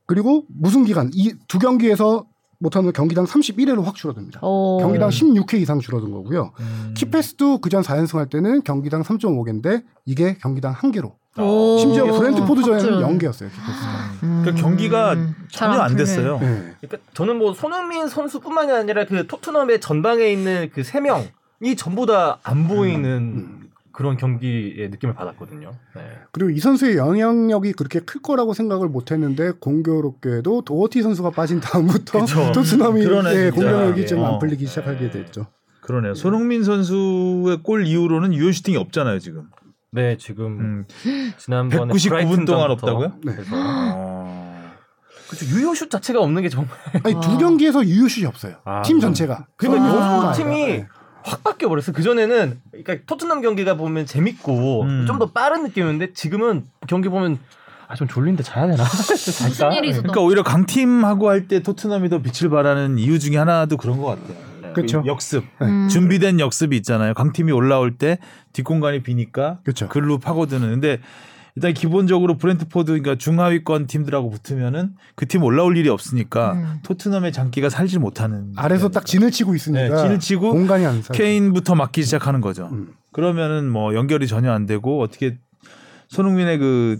Speaker 4: 그리고 무승 기간 이 두 경기에서 못하는 경기당 31회로 확 줄어듭니다.
Speaker 1: 오.
Speaker 4: 경기당 16회 이상 줄어든 거고요.
Speaker 2: 음.
Speaker 4: 키패스도 그 전 4연승 할 때는 경기당 3.5개인데 이게 경기당 1개로
Speaker 1: 오.
Speaker 4: 심지어 뭐 아,
Speaker 1: 오.
Speaker 4: 브랜트포드전에는
Speaker 1: 확
Speaker 4: 0개였어요. 키패스가.
Speaker 1: 음.
Speaker 2: 그러니까 경기가
Speaker 1: 잘
Speaker 2: 전혀 안
Speaker 1: 풀리네.
Speaker 2: 됐어요.
Speaker 4: 네.
Speaker 3: 그러니까 저는 뭐 손흥민 선수뿐만이 아니라 그 토트넘의 전방에 있는 그 세 명이 전부 다 안 보이는 그런 경기의 느낌을 받았거든요. 네.
Speaker 4: 그리고 이 선수의 영향력이 그렇게 클 거라고 생각을 못 했는데 공교롭게도 도어티 선수가 빠진 다음부터
Speaker 2: 그쵸.
Speaker 4: 토트넘이
Speaker 2: 그러네,
Speaker 4: 예,
Speaker 2: 진짜.
Speaker 4: 공격력이 좀
Speaker 2: 어.
Speaker 4: 안 풀리기 시작하게 됐죠.
Speaker 2: 그러네요. 손흥민 선수의 골 이후로는 유효 슈팅이 없잖아요 지금.
Speaker 3: 네, 지금
Speaker 2: 음.
Speaker 3: 지난번에
Speaker 2: 199분 동안
Speaker 3: 브라이튼전부터
Speaker 2: 없다고요?
Speaker 3: 그래서
Speaker 2: 어.
Speaker 3: 네. 그쵸, 그렇죠. 유효슛 자체가 없는 게 정말.
Speaker 4: 네. 아니 두 경기에서 유효슛이 없어요.
Speaker 3: 아,
Speaker 4: 팀
Speaker 3: 그럼.
Speaker 4: 전체가.
Speaker 3: 그러니까
Speaker 4: 아.
Speaker 3: 여수 팀이 확 바뀌어 버렸어. 그 전에는 그러니까 토트넘 경기가 보면 재밌고
Speaker 2: 음.
Speaker 3: 좀 더 빠른 느낌이었는데 지금은 경기 보면 아 좀 졸린데 자야 되나?
Speaker 1: 무슨 일이 있었던
Speaker 2: 그러니까 오히려 강팀하고 할 때 토트넘이 더 빛을 발하는 이유 중에 하나도 그런 것 같아요.
Speaker 4: 그쵸.
Speaker 2: 그 역습.
Speaker 1: 음.
Speaker 2: 준비된 역습이 있잖아요. 강팀이 올라올 때 뒷공간이 비니까
Speaker 4: 그쵸.
Speaker 2: 글로 파고드는. 근데 일단 기본적으로 브랜트포드 그러니까 중하위권 팀들하고 붙으면은 그 팀 올라올 일이 없으니까
Speaker 1: 음.
Speaker 2: 토트넘의 장기가 살지 못하는
Speaker 4: 아래서 딱 진을 치고 있으니까
Speaker 2: 네, 진을 치고
Speaker 4: 공간이 안 사.
Speaker 2: 케인부터 막기 시작하는 거죠.
Speaker 4: 음.
Speaker 2: 그러면은 뭐 연결이 전혀 안 되고 어떻게 손흥민의 그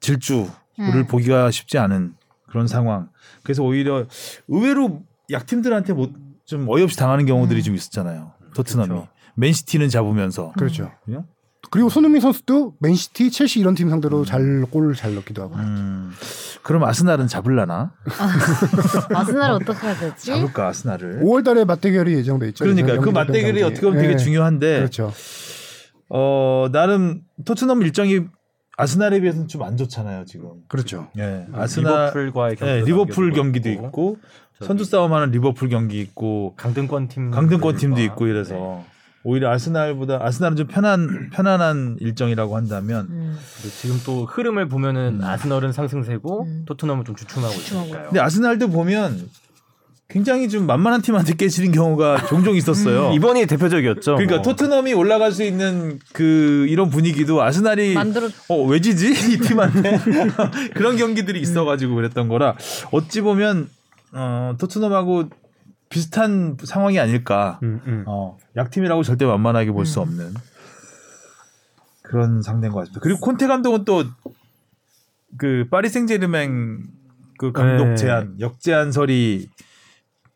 Speaker 2: 질주를
Speaker 1: 음.
Speaker 2: 보기가 쉽지 않은 그런 상황. 그래서 오히려 의외로 약팀들한테 못 좀 어이없이 당하는 경우들이
Speaker 1: 음.
Speaker 2: 좀 있었잖아요. 토트넘이
Speaker 3: 그렇죠.
Speaker 2: 맨시티는 잡으면서
Speaker 4: 그렇죠.
Speaker 2: 음. 그냥?
Speaker 4: 그리고 손흥민 선수도 맨시티, 첼시 이런 팀 상대로 잘 골 잘 넣기도 하고.
Speaker 2: 음, 그럼 아스날은 잡을라나?
Speaker 1: 아스날 어떻게 해야 되지?
Speaker 2: 잡을까 아스날을?
Speaker 4: 5월달에 맞대결이 예정돼 있죠.
Speaker 2: 그러니까
Speaker 4: 이제
Speaker 2: 그
Speaker 4: 영국
Speaker 2: 맞대결이
Speaker 4: 경기.
Speaker 2: 어떻게 보면
Speaker 4: 예,
Speaker 2: 되게 중요한데
Speaker 4: 그렇죠.
Speaker 2: 어 나름 토트넘 일정이 아스날에 비해서는 좀 안 좋잖아요 지금.
Speaker 4: 그렇죠.
Speaker 2: 예, 아스날
Speaker 3: 리버풀과의 경기.
Speaker 2: 네, 리버풀 경기도 있고
Speaker 3: 저기 음,
Speaker 2: 선두 싸움하는 리버풀 경기 있고
Speaker 3: 강등권 팀 아, 네.
Speaker 2: 강등권 팀도 있고 이래서 오히려 아스날보다 아스날은 좀 편한 편안한 일정이라고 한다면
Speaker 1: 음.
Speaker 3: 그리고 지금 또 흐름을 보면은
Speaker 2: 음.
Speaker 3: 아스널은 상승세고
Speaker 1: 음.
Speaker 3: 토트넘은 좀 주춤하고
Speaker 1: 주춤하고
Speaker 3: 있으니까요.
Speaker 2: 근데 아스날도 보면 굉장히 좀 만만한 팀한테 깨지는 경우가 종종 있었어요.
Speaker 3: 음, 이번이 대표적이었죠.
Speaker 2: 그러니까
Speaker 3: 뭐.
Speaker 2: 토트넘이 올라갈 수 있는 그 이런 분위기도 아스날이
Speaker 1: 만들어
Speaker 2: 어, 왜 지지? 이 팀한테. 그런
Speaker 3: 음.
Speaker 2: 경기들이 있어가지고 그랬던 거라, 어찌 보면, 어, 토트넘하고 비슷한 상황이 아닐까.
Speaker 3: 음, 음.
Speaker 2: 어, 약팀이라고 절대 만만하게 볼 수
Speaker 1: 음.
Speaker 2: 없는 그런 상대인 것 같습니다. 그리고 콘테 감독은 또, 그, 파리 생제르맹 그 감독
Speaker 3: 네.
Speaker 2: 제안, 역제안설이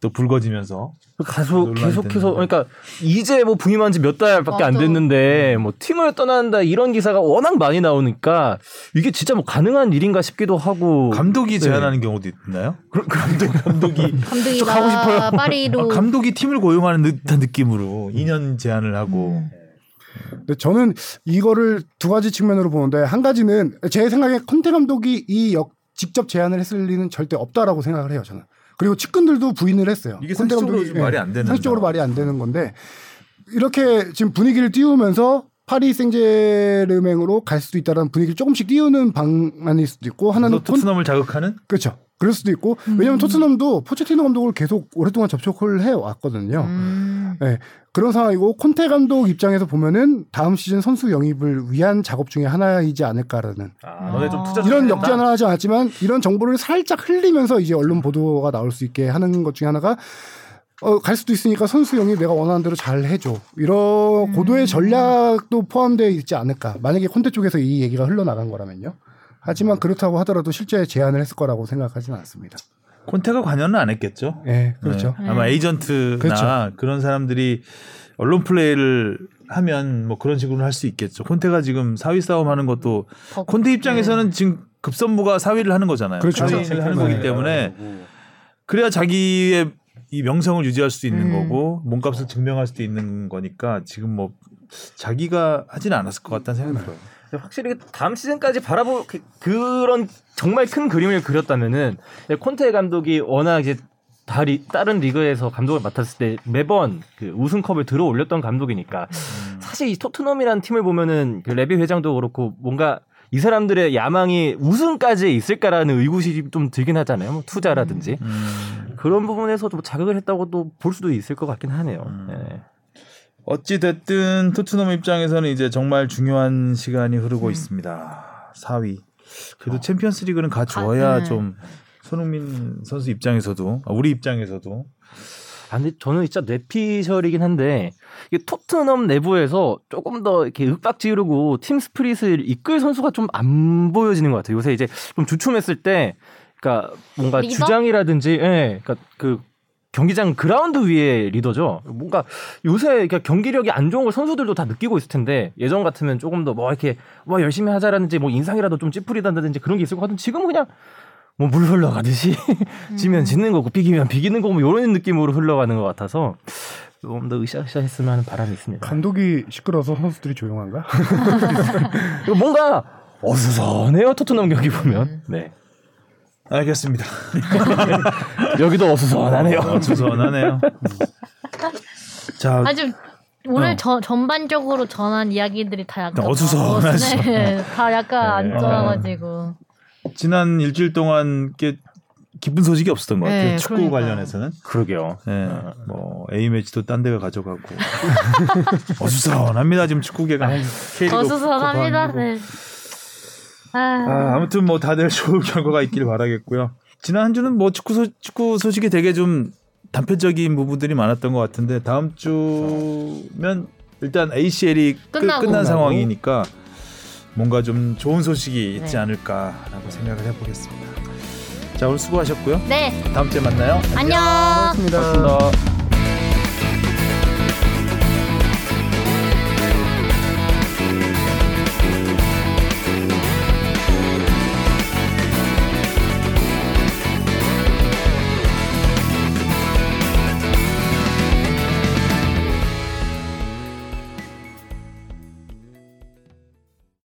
Speaker 2: 또 불거지면서.
Speaker 3: 가수
Speaker 2: 논란이
Speaker 3: 계속해서
Speaker 2: 됐는데.
Speaker 3: 그러니까 이제 뭐 부임한 지 몇 달밖에 안
Speaker 1: 맞아.
Speaker 3: 됐는데 뭐 팀을 떠난다 이런 기사가 워낙 많이 나오니까 이게 진짜 뭐 가능한 일인가 싶기도 하고
Speaker 2: 뭐 감독이 제안하는 경우도 있나요?
Speaker 3: 그, 감독
Speaker 2: 감독이.
Speaker 1: 감독이가
Speaker 3: 가고 싶어요.
Speaker 2: 아,
Speaker 1: 파리로
Speaker 2: 감독이 팀을 고용하는 듯한 느낌으로 2년 제안을 하고. 네.
Speaker 1: 음.
Speaker 4: 근데 저는 이거를 두 가지 측면으로 보는데 한 가지는 제 생각에 컨테 감독이 이 역 직접 제안을 했을 리는 절대 없다라고 생각을 해요 저는. 그리고 측근들도 부인을 했어요.
Speaker 2: 이게
Speaker 4: 콘테
Speaker 2: 상식적으로
Speaker 4: 감독이, 예,
Speaker 2: 지금 말이 안 되는
Speaker 4: 상식적으로
Speaker 2: 거라.
Speaker 4: 말이 안 되는 건데 이렇게 지금 분위기를 띄우면서 파리 생제르맹으로 갈 수도 있다라는 분위기를 조금씩 띄우는 방안일 수도 있고 하나는
Speaker 2: 또 토트넘을 음. 자극하는
Speaker 4: 그렇죠. 그럴 수도 있고 왜냐하면 토트넘도 포체티노 감독을 계속 오랫동안 접촉을 해 왔거든요.
Speaker 1: 음.
Speaker 4: 예, 그런 상황이고 콘테 감독 입장에서 보면은 다음 시즌 선수 영입을 위한 작업 중에 하나이지 않을까라는
Speaker 3: 아, 너네 좀 투자 좀
Speaker 4: 이런
Speaker 3: 해라.
Speaker 4: 역제안을 하지 않았지만 이런 정보를 살짝 흘리면서 이제 언론 보도가 나올 수 있게 하는 것 중에 하나가 어, 갈 수도 있으니까 선수 영입 내가 원하는 대로 잘 해줘 이런 고도의 전략도 포함되어 있지 않을까 만약에 콘테 쪽에서 이 얘기가 흘러나간 거라면요. 하지만 그렇다고 하더라도 실제 제안을 했을 거라고 생각하진 않습니다.
Speaker 2: 콘테가 관여는 안 했겠죠.
Speaker 4: 예, 그렇죠.
Speaker 2: 네. 아마 에이전트나 그런 사람들이 언론 플레이를 하면 뭐 그런 식으로 할 수 있겠죠. 콘테가 지금 사위 싸움하는 것도
Speaker 1: 더-
Speaker 2: 콘테 입장에서는 지금 급선무가 사위를 하는 거잖아요.
Speaker 4: 그렇죠.
Speaker 2: 사위를 하는 거기 때문에
Speaker 3: 네.
Speaker 2: 그래야 자기의 이 명성을 유지할 수 있는
Speaker 1: 음.
Speaker 2: 거고 몸값을 증명할 수도 있는 거니까 지금 뭐 자기가 하진 않았을 것 같다는 생각이 들어요.
Speaker 3: 근데 확실히 다음 시즌까지 바라볼 그- 그런 정말 큰 그림을 그렸다면은 네, 콘테 감독이 워낙 이제 다리, 다른 리그에서 감독을 맡았을 때 매번 그 우승컵을 들어 올렸던 감독이니까
Speaker 2: 음.
Speaker 3: 사실 이 토트넘이라는 팀을 보면은 그 레비 회장도 그렇고 뭔가 이 사람들의 야망이 우승까지 있을까라는 의구심이 좀 들긴 하잖아요. 뭐 투자라든지
Speaker 2: 음.
Speaker 3: 그런 부분에서 좀 자극을 했다고도 볼 수도 있을 것 같긴 하네요.
Speaker 2: 음.
Speaker 3: 예.
Speaker 2: 어찌 됐든 토트넘 입장에서는 이제 정말 중요한 시간이 흐르고
Speaker 1: 음.
Speaker 2: 있습니다. 4위. 그래도 챔피언스리그는 가져야
Speaker 1: 가- 네.
Speaker 2: 좀 손흥민 선수 입장에서도 아, 우리 입장에서도
Speaker 3: 아, 근데 저는 진짜 뇌피셜이긴 한데 이게 토트넘 내부에서 조금 더 이렇게 윽박 지르고 팀 스프릿을 이끌 선수가 좀 안 보여지는 것 같아요. 요새 이제 좀 주춤했을 때, 그러니까 뭔가
Speaker 1: 리더?
Speaker 3: 주장이라든지, 예, 그러니까 그 경기장 그라운드 위에 리더죠. 뭔가 요새 그러니까 경기력이 안 좋은 걸 선수들도 다 느끼고 있을 텐데 예전 같으면 조금 더 뭐 이렇게 뭐 열심히 하자라든지 뭐 인상이라도 좀 찌푸리다든지 그런 게 있을 것 같은데 지금은 그냥 뭐 물 흘러가듯이 지면 지는 거고 비기면 비기는 거고 뭐 이런 느낌으로 흘러가는 것 같아서 조금 더 으쌰으쌰했으면 하는 바람이 있습니다.
Speaker 4: 감독이 시끄러워서 선수들이 조용한가?
Speaker 3: 그리고 뭔가 어수선해요 토트넘 경기 보면. 네.
Speaker 2: 알겠습니다.
Speaker 3: 여기도
Speaker 1: 아,
Speaker 3: 어수선하네요.
Speaker 2: 어, 주선하네요. 음. 자,
Speaker 1: 아주 오늘
Speaker 2: 어.
Speaker 1: 저- 전반적으로 전한 이야기들이 다 약간
Speaker 2: 어수선하죠.
Speaker 1: 어, 네, 다 약간
Speaker 3: 네.
Speaker 1: 안 좋아가지고
Speaker 2: 지난 일주일 동안 꽤 기쁜 소식이 없었던 것 같아요.
Speaker 1: 네,
Speaker 2: 축구
Speaker 1: 그러니까요. 네.
Speaker 2: 관련해서는.
Speaker 3: 그러게요.
Speaker 2: 예, 뭐 A 매치도 딴 데가 가져가고 어수선합니다 지금 축구계가 K리그
Speaker 1: 어수선합니다.
Speaker 2: 고반이고.
Speaker 1: 네. 아,
Speaker 2: 아, 아무튼 뭐 다들 좋은 결과가 있길 바라겠고요. 지난 한 주는 뭐 축구 소, 축구 소식이 되게 좀 단편적인 부분들이 많았던 것 같은데 다음 주면 일단 ACL이 끝,
Speaker 1: 끝나고.
Speaker 2: 끝난
Speaker 1: 끝나고.
Speaker 2: 상황이니까 뭔가 좀 좋은 소식이 있지
Speaker 1: 네.
Speaker 2: 않을까라고 생각을 해보겠습니다. 자 오늘 수고하셨고요.
Speaker 1: 네,
Speaker 2: 다음 주에 만나요.
Speaker 1: 안녕.
Speaker 4: 고맙습니다.
Speaker 3: 고맙습니다.